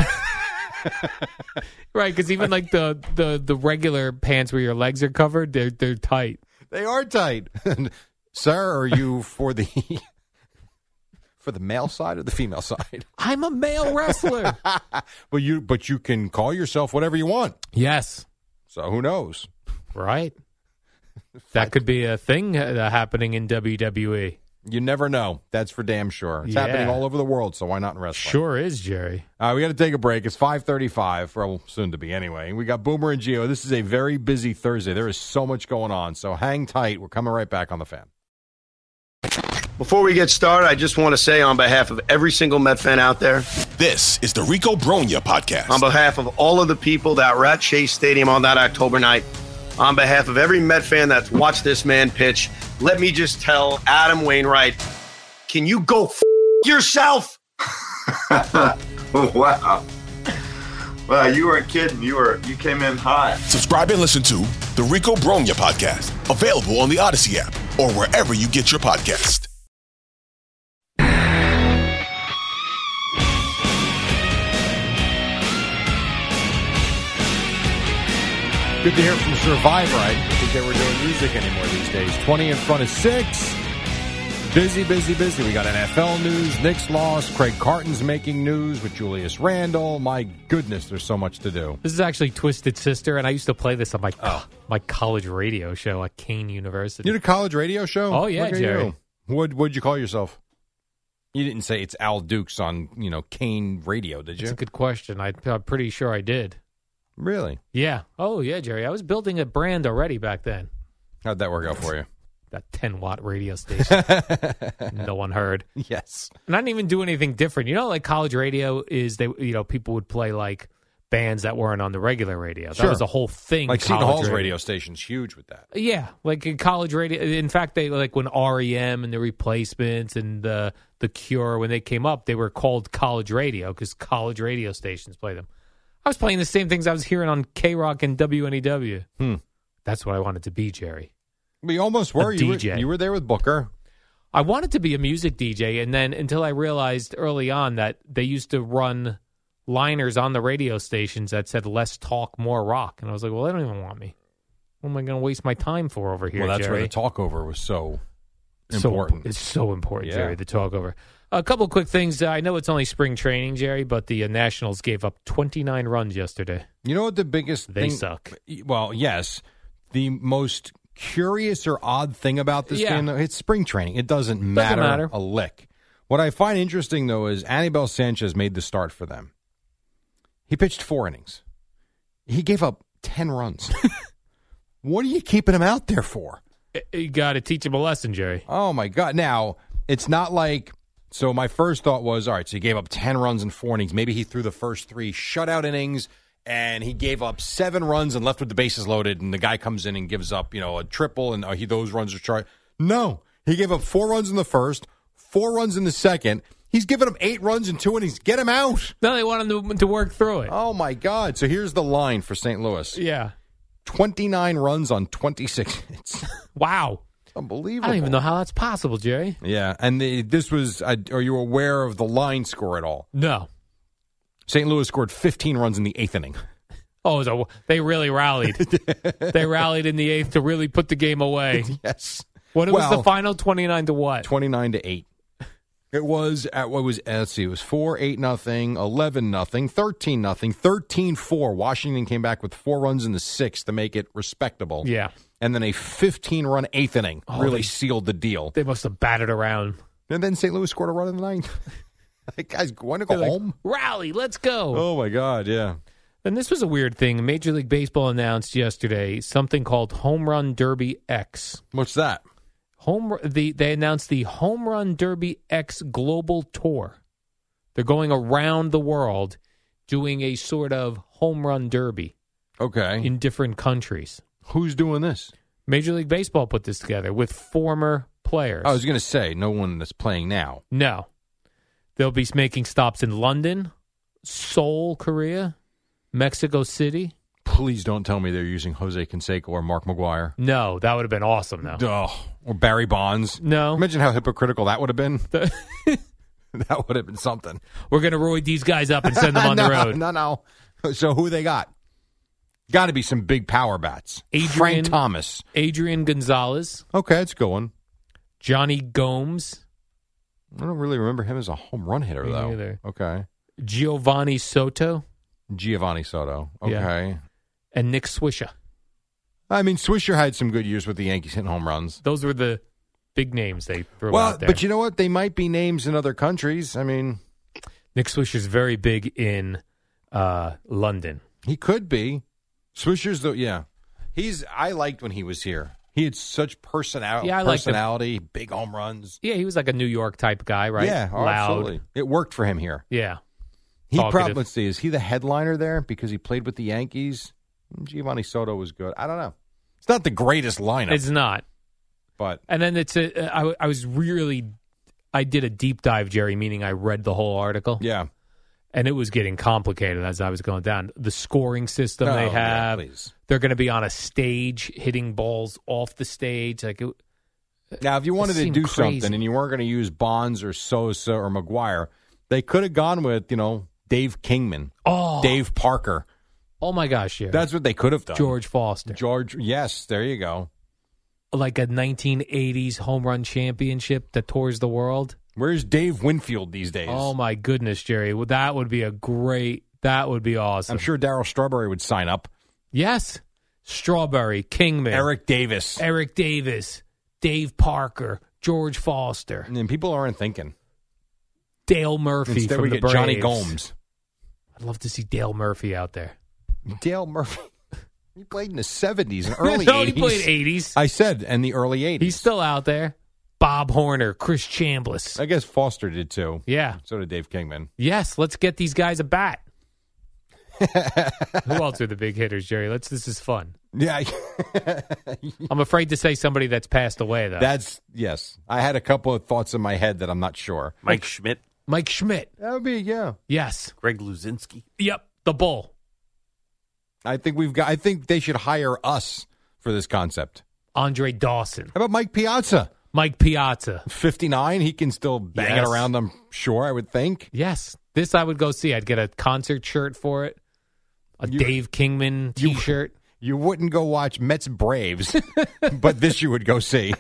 S2: right? Because even like the, the the regular pants where your legs are covered, they're they're tight.
S1: They are tight. Sir, are you for the for the male side or the female side?
S2: I'm a male wrestler.
S1: But you but you can call yourself whatever you want.
S2: yes,
S1: So who knows?
S2: right. That could be a thing uh, happening in E. WWE.
S1: You never know. That's for damn sure. It's happening
S2: Yeah.
S1: all over the world, so why not in wrestling?
S2: Sure is, Jerry.
S1: Uh, we got to take a break. It's 535, well, soon to be anyway. We got Boomer and Geo. This is a very busy Thursday. There is so much going on, so hang tight. We're coming right back on the fan.
S9: Before we get started, I just want to say on behalf of every single Met fan out there, this is the Rico Bronya podcast. On behalf of all of the people that were at Chase Stadium on that October night, on behalf of every Met fan that's watched this man pitch, let me just tell Adam Wainwright, can you go f- yourself?
S10: wow. Wow, you weren't kidding. You were you came in hot.
S11: Subscribe and listen to the Rico Bronya podcast, available on the Odyssey app or wherever you get your podcast.
S1: Good to hear from Survivor. I don't think they were doing music anymore these days. 20 in front of 6. Busy, busy, busy. We got NFL news, Knicks loss, Craig Carton's making news with Julius Randle. My goodness, there's so much to do.
S2: This is actually Twisted Sister, and I used to play this on my my college radio show at Kane University.
S1: Oh. You did a college radio show?
S2: Oh, yeah,
S1: Look at
S2: Jerry.
S1: you. What would you call yourself? You didn't say it's Al Dukes on, you know, Kane Radio, did you?
S2: That's a good question. I, I'm pretty sure I did.
S1: Really?
S2: Yeah. Oh, yeah, Jerry. I was building a brand already back then.
S1: How'd that work out for you?
S2: That 10 watt radio station. no one heard.
S1: Yes.
S2: And I didn't even do anything different. You know, like college radio is they, you know, people would play like bands that weren't on the regular radio. That
S1: Sure.
S2: was a whole thing.
S1: Like Seton
S2: college
S1: Hall's radio station's huge with that.
S2: Yeah, like in college radio. In fact, they like when REM and the Replacements and the the Cure when they came up, they were called college radio because college radio stations play them. I was playing the same things I was hearing on K Rock and WNEW.
S1: Hmm.
S2: That's what I wanted to be, Jerry.
S1: We almost were.
S2: A
S1: You,
S2: DJ.
S1: Were you were there with Booker.
S2: I wanted to be a music DJ, and then until I realized early on that they used to run liners on the radio stations that said "less talk, more rock," and I was like, "Well, they don't even want me. What am I going to waste my time for over here?"
S1: well, that's where
S2: Jerry?
S1: the talk over was so
S2: So
S1: important.
S2: It's so important,
S1: Yeah.
S2: Jerry, the talk over. A couple of quick things. I know it's only spring training, Jerry, but the uh, Nationals gave up 29 runs yesterday.
S1: You know what the biggest
S2: They
S1: thing,
S2: suck.
S1: Well, yes. The most curious or odd thing about this
S2: Yeah.
S1: game, though, it's spring training. It doesn't matter,
S2: matter.
S1: a lick. What I find interesting though is Anibal Sanchez made the start for them. He pitched four innings. He gave up ten runs. what are you keeping him out there for?
S2: Eh, You got to teach them a lesson, Jerry.
S1: Oh my god! Now it's not like. So my first thought was, all right. So he gave up ten runs in four innings. Maybe he threw the first three shutout innings, and he gave up seven runs and left with the bases loaded. And the guy comes in and gives up, you know, a triple, and uh, he those runs are charged. No, he gave up four runs in the first, four runs in the second. He's given him eight runs in two innings. Get him out!
S2: No, they want him to, to work through it.
S1: Oh my god! So here's the line for St. Louis:
S2: Yeah.
S1: twenty nine runs on twenty six hits.
S2: Wow.
S1: Unbelievable.
S2: I don't even know how that's possible, Jerry.
S1: Yeah, and the, this was. Uh, are you aware of the line score at all?
S2: No.
S1: St. Louis scored 15 runs in the eighth inning.
S2: Oh, so they really rallied. they rallied in the eighth to really put the game away.
S1: yes.
S2: What it was
S1: Well-
S2: the final 29 to what?
S1: 29 to eight. It was at what was let's see, it was four eight nothing, eleven nothing, thirteen nothing, thirteen four. Washington came back with four runs in the sixth to make it respectable.
S2: Yeah.
S1: and then a 15 run eighth inning
S2: Oh,
S1: really
S2: they-
S1: sealed the deal.
S2: They must have batted around.
S1: And then St. Louis scored a run in the ninth. like, guys, want to go
S2: They're like,
S1: home?
S2: Rally, let's go.
S1: Oh my God, yeah.
S2: And this was a weird thing. Major League Baseball announced yesterday something called Home Run Derby X.
S1: What's that?
S2: Home the they announced the Home Run Derby X Global Tour. They're going around the world doing a sort of home run derby
S1: Okay,
S2: in different countries.
S1: who's doing this?
S2: Major League Baseball put this together with former players.
S1: I was going to say no one that's playing now.
S2: No. They'll be making stops in London, Seoul, Korea, Mexico City.
S1: Please don't tell me they're using Jose Canseco or Mark McGuire.
S2: No, that would have been awesome though.
S1: Duh. Or Barry Bonds.
S2: No.
S1: Imagine how hypocritical that would have been. that would have been something.
S2: We're going to roid these guys up and send them on the
S1: No,
S2: road.
S1: No, no. So who they got? Got to be some big power bats. Frank Thomas.
S2: Adrian Gonzalez.
S1: Okay, that's a good one.
S2: Johnny Gomes.
S1: I don't really remember him as a home run hitter,
S2: Me
S1: though.
S2: neither.
S1: Okay.
S2: Giovanni Soto.
S1: Giovanni Soto. Okay.
S2: Yeah. And Nick Swisher.
S1: I mean, Swisher had some good years with the Yankees hitting home runs.
S2: Those were the big names they threw
S1: Well,
S2: out there.
S1: but you know what? They might be names in other countries. I mean,
S2: Nick Swisher's very big in uh, London.
S1: He could be. Swisher's though, yeah. He's I liked when he was here. He had such personality,
S2: Yeah, I liked him.
S1: personality, big home runs.
S2: Yeah, he was like a New York type guy, right?
S1: Yeah, oh,
S2: Loud.
S1: absolutely. It worked for him here.
S2: Yeah.
S1: He probably
S2: Talkative.
S1: let's see, is he the headliner there because he played with the Yankees? Giovanni Soto was good. I don't know. It's not the greatest lineup,
S2: It's not.
S1: but
S2: And then it's a, I, I was really, I did a deep dive, Jerry, meaning I read the whole article.
S1: Yeah.
S2: And it was getting complicated as I was going down. The scoring system
S1: No,
S2: they
S1: Oh, yeah,
S2: have,
S1: please.
S2: they're going to be on a stage, hitting balls off the stage. Like, it,
S1: now if you wanted to
S2: seemed
S1: do
S2: crazy.
S1: something and you weren't going to use Bonds or Sosa or McGuire, they could have gone with you know Dave Kingman,
S2: Oh.
S1: Dave Parker.
S2: oh my gosh, yeah.
S1: That's what they could have done.
S2: George Foster,
S1: George, yes, there you go.
S2: like a 1980s home run championship that tours the world.
S1: Where's Dave Winfield these days?
S2: Oh my goodness, Jerry! Well, that would be a great. That would be awesome.
S1: I'm sure Daryl Strawberry would sign up.
S2: Yes, Strawberry Kingman,
S1: Eric Davis.
S2: Eric Davis, Dave Parker, George Foster,
S1: And then people aren't thinking.
S2: Dale Murphy
S1: Instead,
S2: from
S1: we
S2: the
S1: get Johnny
S2: Braves.
S1: Gomes.
S2: I'd love to see Dale Murphy out there.
S1: Dale Murphy. He played in the 70s and early
S2: No,
S1: 80s.
S2: he played 80s.
S1: I said, and the early 80s.
S2: He's still out there. Bob Horner, Chris Chambliss.
S1: I guess Foster did too.
S2: Yeah.
S1: So did Dave Kingman.
S2: Yes, let's get these guys a bat. Who else are the big hitters, Jerry? Let's. This is fun.
S1: Yeah.
S2: I'm afraid to say somebody that's passed away though.
S1: That's, yes. I had a couple of thoughts in my head that I'm not sure.
S8: Mike Schmidt,
S2: Mike Schmidt.
S1: That would be, yeah.
S2: Yes.
S8: Greg Luzinski.
S2: Yep. The bull.
S1: I think we've got, I think they should hire us for this concept.
S2: Andre Dawson.
S1: How about Mike Piazza?
S2: Mike Piazza.
S1: 59. He can still bang
S2: Yes.
S1: it around, I'm sure, I would think.
S2: Yes. This I would go see. I'd get a concert shirt for it. A Dave Kingman
S1: You-
S2: T-shirt.
S1: You wouldn't go watch Mets Braves, but this you would go see.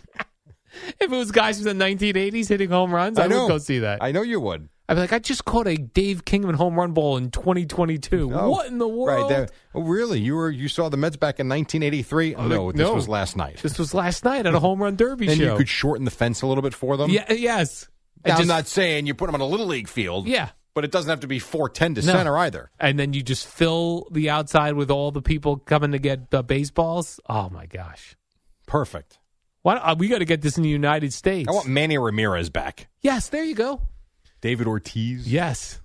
S2: if it was guys from the 1980s hitting home runs, I, would go see that.
S1: I know you would.
S2: I'd be like, I just caught a Dave Kingman home run ball in 2022.
S1: No.
S2: What in the
S1: Oh. Right
S2: world?
S1: there. Oh, really? You were you saw the Mets back in 1983? Oh,
S2: Like,
S1: no, this
S2: no.
S1: was last night.
S2: This was last night at a home run derby
S1: and
S2: show.
S1: you could shorten the fence a little bit for them.
S2: yeah, yes. And
S1: Now, I'm
S2: just-
S1: not saying you put them on a little league field.
S2: Yeah.
S1: but it doesn't have to be 410 to
S2: No.
S1: center either.
S2: and then you just fill the outside with all the people coming to get uh, baseballs. Oh my gosh!
S1: Perfect.
S2: Why uh, we got to get this in the United States?
S1: I want Manny Ramirez back.
S2: yes, there you go.
S1: David Ortiz.
S2: Yes,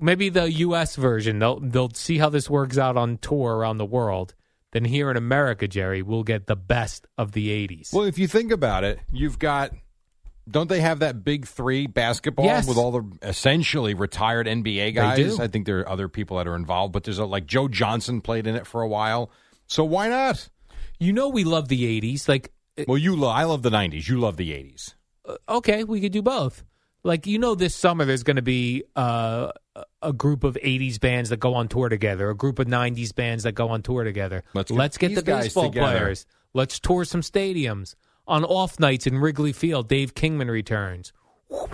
S2: maybe the U.S. version. They'll they'll see how this works out on tour around the world. Then here in America, Jerry, we'll get the best of the '80s.
S1: Well, if you think about it, you've got. Don't they have that big three basketball
S2: Yes.
S1: with all the essentially retired NBA guys?
S2: do.
S1: I think there are other people that are involved, but there's a, like Joe Johnson played in it for a while. So why not?
S2: you know, we love the '80s. Like,
S1: Well, you love. I love the '90s. You love the '80s.
S2: uh, okay, we could do both. Like, you know, this summer there's going to be uh, a- a group of '80s bands that go on tour together, a group of '90s bands that go on tour together.
S1: Let's get
S2: Let's get
S1: these
S2: the
S1: guys
S2: baseball
S1: together.
S2: players. Let's tour some stadiums on off nights in Wrigley Field. Dave Kingman returns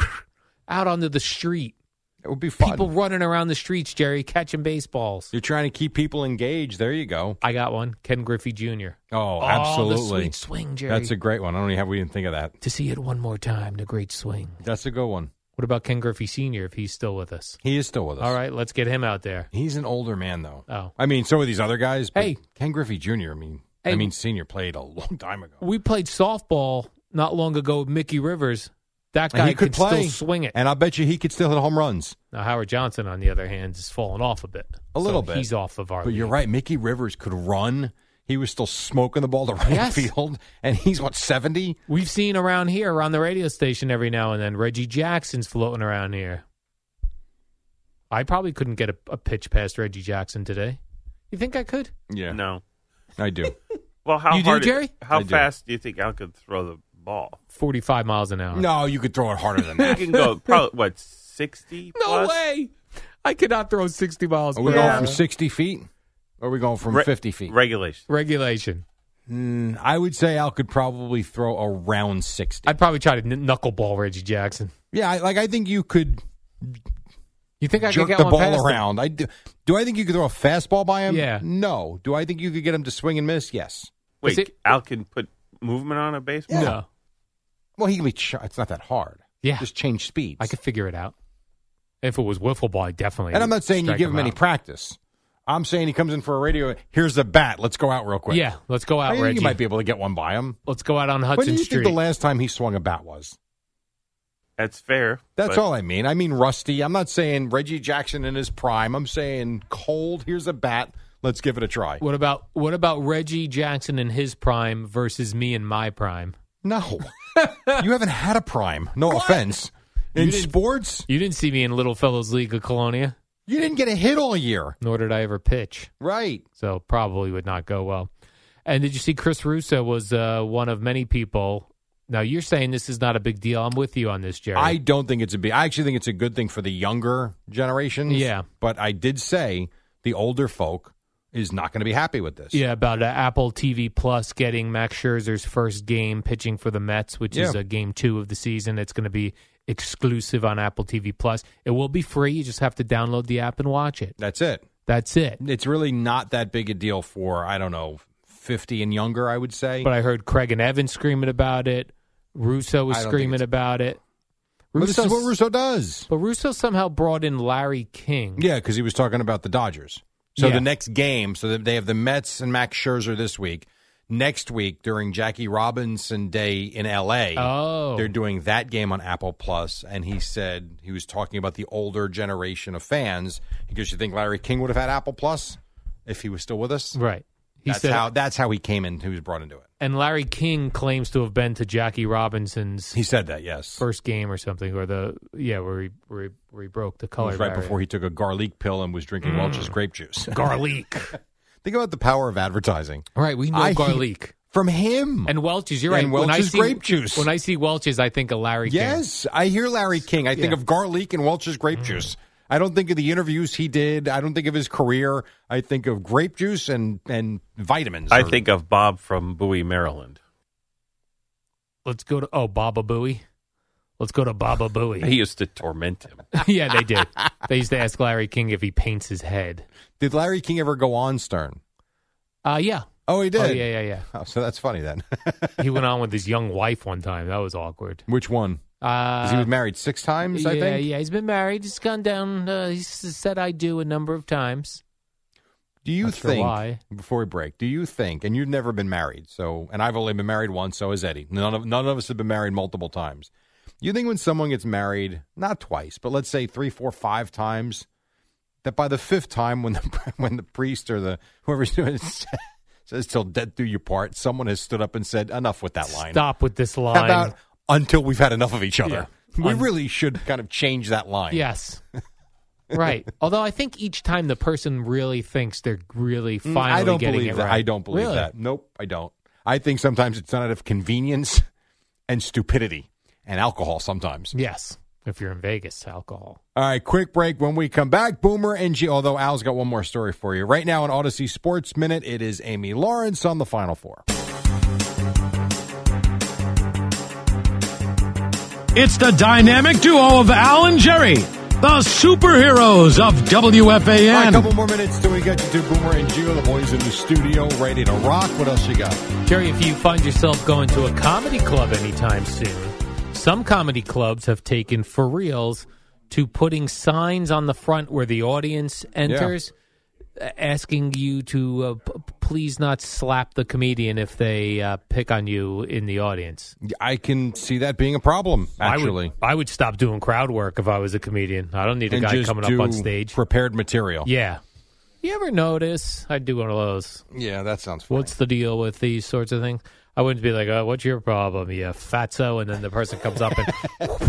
S2: out onto the street.
S1: It would be fun.
S2: People running around the streets, Jerry, catching baseballs.
S1: You're trying to keep people engaged. There you go.
S2: I got one. Ken Griffey Jr.
S1: Oh,
S2: the
S1: absolutely.
S2: sweet swing, Jerry.
S1: That's a great one. I don't even have we didn't think of that.
S2: To see it one more time, the great swing.
S1: That's a good one.
S2: What about Ken Griffey Sr. if he's still with us?
S1: He is still with us.
S2: All right, let's get him out there.
S1: He's an older man though.
S2: Oh.
S1: I mean, so are these other guys. but
S2: Hey.
S1: Ken Griffey Jr. I mean, I
S2: Hey.
S1: mean, senior played a long time ago.
S2: We played softball not long ago with Mickey Rivers. That
S1: And
S2: guy
S1: he could
S2: can
S1: play.
S2: still swing it.
S1: And I bet you he could still hit home runs.
S2: now Howard Johnson, on the other hand, is falling off a bit.
S1: A little
S2: So
S1: bit.
S2: He's off of our.
S1: But you're
S2: league.
S1: right. Mickey Rivers could run. He was still smoking the ball to right
S2: Yes.
S1: field, and he's what seventy.
S2: We've seen around here, around the radio station, every now and then. Reggie Jackson's floating around here. I probably couldn't get a, a pitch past Reggie Jackson today. You think I could?
S1: Yeah,
S8: No.
S1: I do.
S8: Well, how
S2: You do,
S8: hard?
S2: Jerry?
S8: How
S1: I do.
S8: fast do you think I could throw the ball?
S2: Forty-five miles an hour.
S1: no, you could throw it harder than
S8: You
S1: that.
S8: can go probably what sixty?
S2: no
S8: plus?
S2: way. I cannot throw 60 miles
S1: Are
S2: per
S1: we going
S2: hour.
S1: from 60 feet? Or are we going from
S2: Re-
S1: 50 feet? Mm,
S8: Regulation.
S2: Regulation.
S1: I would say Al could probably throw around 60.
S2: I'd probably try to kn- knuckleball Reggie Jackson.
S1: Yeah, I, like I think you could.
S2: You think I could
S1: jerk
S2: get
S1: the
S2: one past
S1: ball
S2: him?
S1: around? I do. Do I think you could throw a fastball by him?
S2: Yeah.
S1: No. Do I think you could get him to swing and miss? Yes.
S8: Wait, Al can put movement on a baseball?
S1: No. Well, he can be. Ch- it's not that hard.
S2: Yeah.
S1: Just change speeds.
S2: I could figure it out. If it was wiffle ball, I definitely.
S1: and I'm
S2: would
S1: not saying you
S2: strike
S1: give him any
S2: out.
S1: practice. I'm saying he comes in for a radio. Here's the bat. Let's go out real quick.
S2: Yeah, let's go out,
S1: I think
S2: Reggie.
S1: you might be able to get one by him.
S2: Let's go out on
S1: when do
S2: Hudson
S1: you
S2: Street.
S1: think the last time he swung a bat was?
S8: That's fair.
S1: That's
S8: but-
S1: all I mean. I mean rusty. I'm not saying Reggie Jackson in his prime. I'm saying cold. Here's a bat. Let's give it a try.
S2: What about what about Reggie Jackson in his prime versus me in my prime?
S1: No. you haven't had a prime. No offense.
S2: You
S1: In
S2: didn't-
S1: sports,
S2: You didn't see me in Little Fellows League of Colonia,
S1: you didn't get a hit all year.
S2: nor did I ever pitch,
S1: Right.
S2: so probably would not go well. And did you see Chris Russo was uh, one of many people? Now you're saying this is not a big deal. I'm with you on this, Jerry.
S1: I don't think it's a big. I actually think it's a good thing for the younger generations.
S2: Yeah.
S1: But I did say the older folk is not going to be happy with this.
S2: yeah, about uh, Apple TV Plus getting Max Scherzer's first game pitching for the Mets, which is
S1: Yeah.
S2: uh, game two of the season. It's going to be exclusive on Apple TV Plus. It will be free. You just have to download the app and watch it.
S1: That's it.
S2: That's it.
S1: It's really not that big a deal for I don't know fifty and younger. I would say.
S2: But I heard Craig and Evan screaming about it. Russo was
S1: I don't think
S2: screaming
S1: it's-
S2: about it.
S1: But this is what Russo does.
S2: But Russo somehow brought in Larry King.
S1: Yeah, because he was talking about the Dodgers. So
S2: Yeah.
S1: the next game, so that they have the Mets and Max Scherzer this week. Next week during Jackie Robinson Day in L.A.
S2: Oh.
S1: They're doing that game on Apple Plus, and he said he was talking about the older generation of fans because you think Larry King would have had Apple Plus if he was still with us,
S2: Right. He
S1: That's
S2: said,
S1: how that's how he came in. He was brought into it.
S2: and Larry King claims to have been to Jackie Robinson's
S1: He said that yes,
S2: first game or something, or the yeah, where he where he, where he broke the
S1: It
S2: color
S1: was right
S2: barrier.
S1: before he took a garlic pill and was drinking Welch's
S2: Mm.
S1: grape juice.
S2: garlic.
S1: Think about the power of advertising.
S2: All right, we know
S1: I-
S2: garlic
S1: from him.
S2: and Welch's. You're right.
S1: And
S2: when I
S1: Welch's
S2: see,
S1: grape juice.
S2: When I see Welch's, I think of Larry King.
S1: Yes, I hear Larry King. I think
S2: Yeah. Mm.
S1: of garlic and Welch's grape juice. I don't think of the interviews he did. I don't think of his career. I think of grape juice and and vitamins.
S8: I
S1: or-
S8: think of Bob from Bowie, Maryland.
S2: Let's go to oh Baba Booey. Let's go to Baba Booey.
S8: He used to torment him.
S2: yeah, they did. They used to ask Larry King if he paints his head.
S1: Did Larry King ever go on Stern?
S2: Uh yeah.
S1: Oh, he did.
S2: Oh yeah, yeah,
S1: Oh, so that's funny then.
S2: yeah. he went on with his young wife one time. That was awkward.
S1: Which one? 'Cause
S2: Uh,
S1: he was married six times.
S2: yeah,
S1: I think.
S2: yeah. He's been married. He's gone down. Uh, he s- said I do a number of times.
S1: Do you
S2: Not sure
S1: think
S2: why.
S1: before we break? Do you think? And you've never been married, so and I've only been married once. So is Eddie. None of none of us have been married multiple times. You think when someone gets married, not twice, but let's say three, four, five times, that by the fifth time, when the when the priest or the whoever's doing it says "Till death do you part," someone has stood up and said, "Enough with that line."
S2: Stop with this line.
S1: How about until we've had enough of each other?
S2: Yeah.
S1: We
S2: Un-
S1: really should kind of change that line.
S2: yes. right. Although I think each time the person really thinks they're really
S1: Mm,
S2: finally
S1: I don't
S2: getting
S1: believe
S2: it
S1: that.
S2: right.
S1: I don't believe
S2: Really?
S1: that. Nope, I don't. I think sometimes it's done out of convenience and stupidity and alcohol sometimes.
S2: Yes. If you're in Vegas, alcohol.
S1: All right, quick break. When we come back, Boomer and G. Although Al's got one more story for you right now in Odyssey Sports Minute, it is Amy Lawrence on the Final Four.
S5: It's the dynamic duo of Al and Jerry, the superheroes of
S1: All right, a couple
S5: WFAN.
S1: more minutes till we get to do Boomer and Gio, the boys in the studio, ready to rock. What else you got?
S2: Jerry, if you find yourself going to a comedy club anytime soon, some comedy clubs have taken for reals to putting signs on the front where the audience enters, uh asking you to uh, p- p- please not slap the comedian if they uh, pick on you in the audience.
S1: I can see that being a problem, actually.
S2: I would, I would stop doing crowd work if I was a comedian. I don't need a
S1: and
S2: guy
S1: just
S2: coming
S1: do
S2: up on stage.
S1: Prepared material.
S2: Yeah. You ever notice? I'd do one of those.
S1: Yeah, that sounds funny.
S2: What's the deal with these sorts of things? I wouldn't be like, oh, what's your problem, you fatso? And then the person comes up and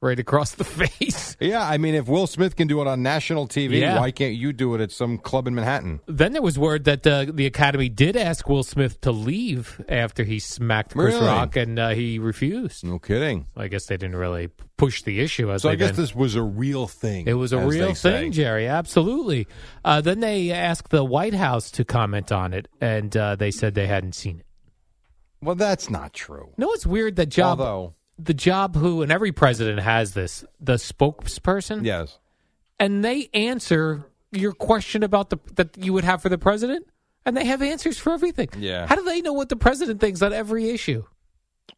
S2: right across the face.
S1: Yeah, I mean, if Will Smith can do it on national TV,
S2: Yeah.
S1: why can't you do it at some club in Manhattan?
S2: Then there was word that uh, the Academy did ask Will Smith to leave after he smacked Chris
S1: Really?
S2: Rock, and uh, he refused.
S1: No kidding.
S2: I guess they didn't really push the issue as
S1: So I
S2: they
S1: guess
S2: did.
S1: this was a real thing.
S2: It was a
S1: as
S2: real
S1: they say.
S2: thing, Jerry. Absolutely. Uh, then they asked the White House to comment on it, and uh, they said they hadn't seen it.
S1: Well, that's not true.
S2: No, it's weird that job.
S1: Although-
S2: the job who and every president has this the spokesperson.
S1: Yes,
S2: and they answer your question about the that you would have for the president, and they have answers for everything.
S1: Yeah.
S2: How do they know what the president thinks on every issue?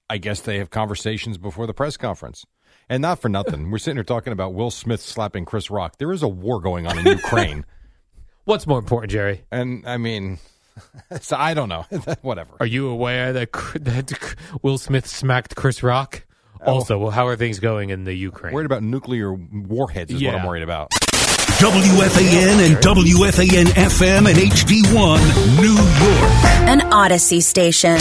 S1: I guess they have conversations before the press conference. And not for nothing. We're sitting here talking about Will Smith slapping Chris Rock. There is a war going on in Ukraine.
S2: What's more important, Jerry?
S1: And I mean, so I don't know. Whatever.
S2: Are you aware that Cr- that Will Smith smacked Chris Rock?
S1: Oh.
S2: Also, well, how are things going in the Ukraine?
S1: Worried about nuclear warheads is what I'm
S2: Yeah.
S1: worried about.
S3: WFAN and WFAN FM and HD1 New York.
S12: An Odyssey station.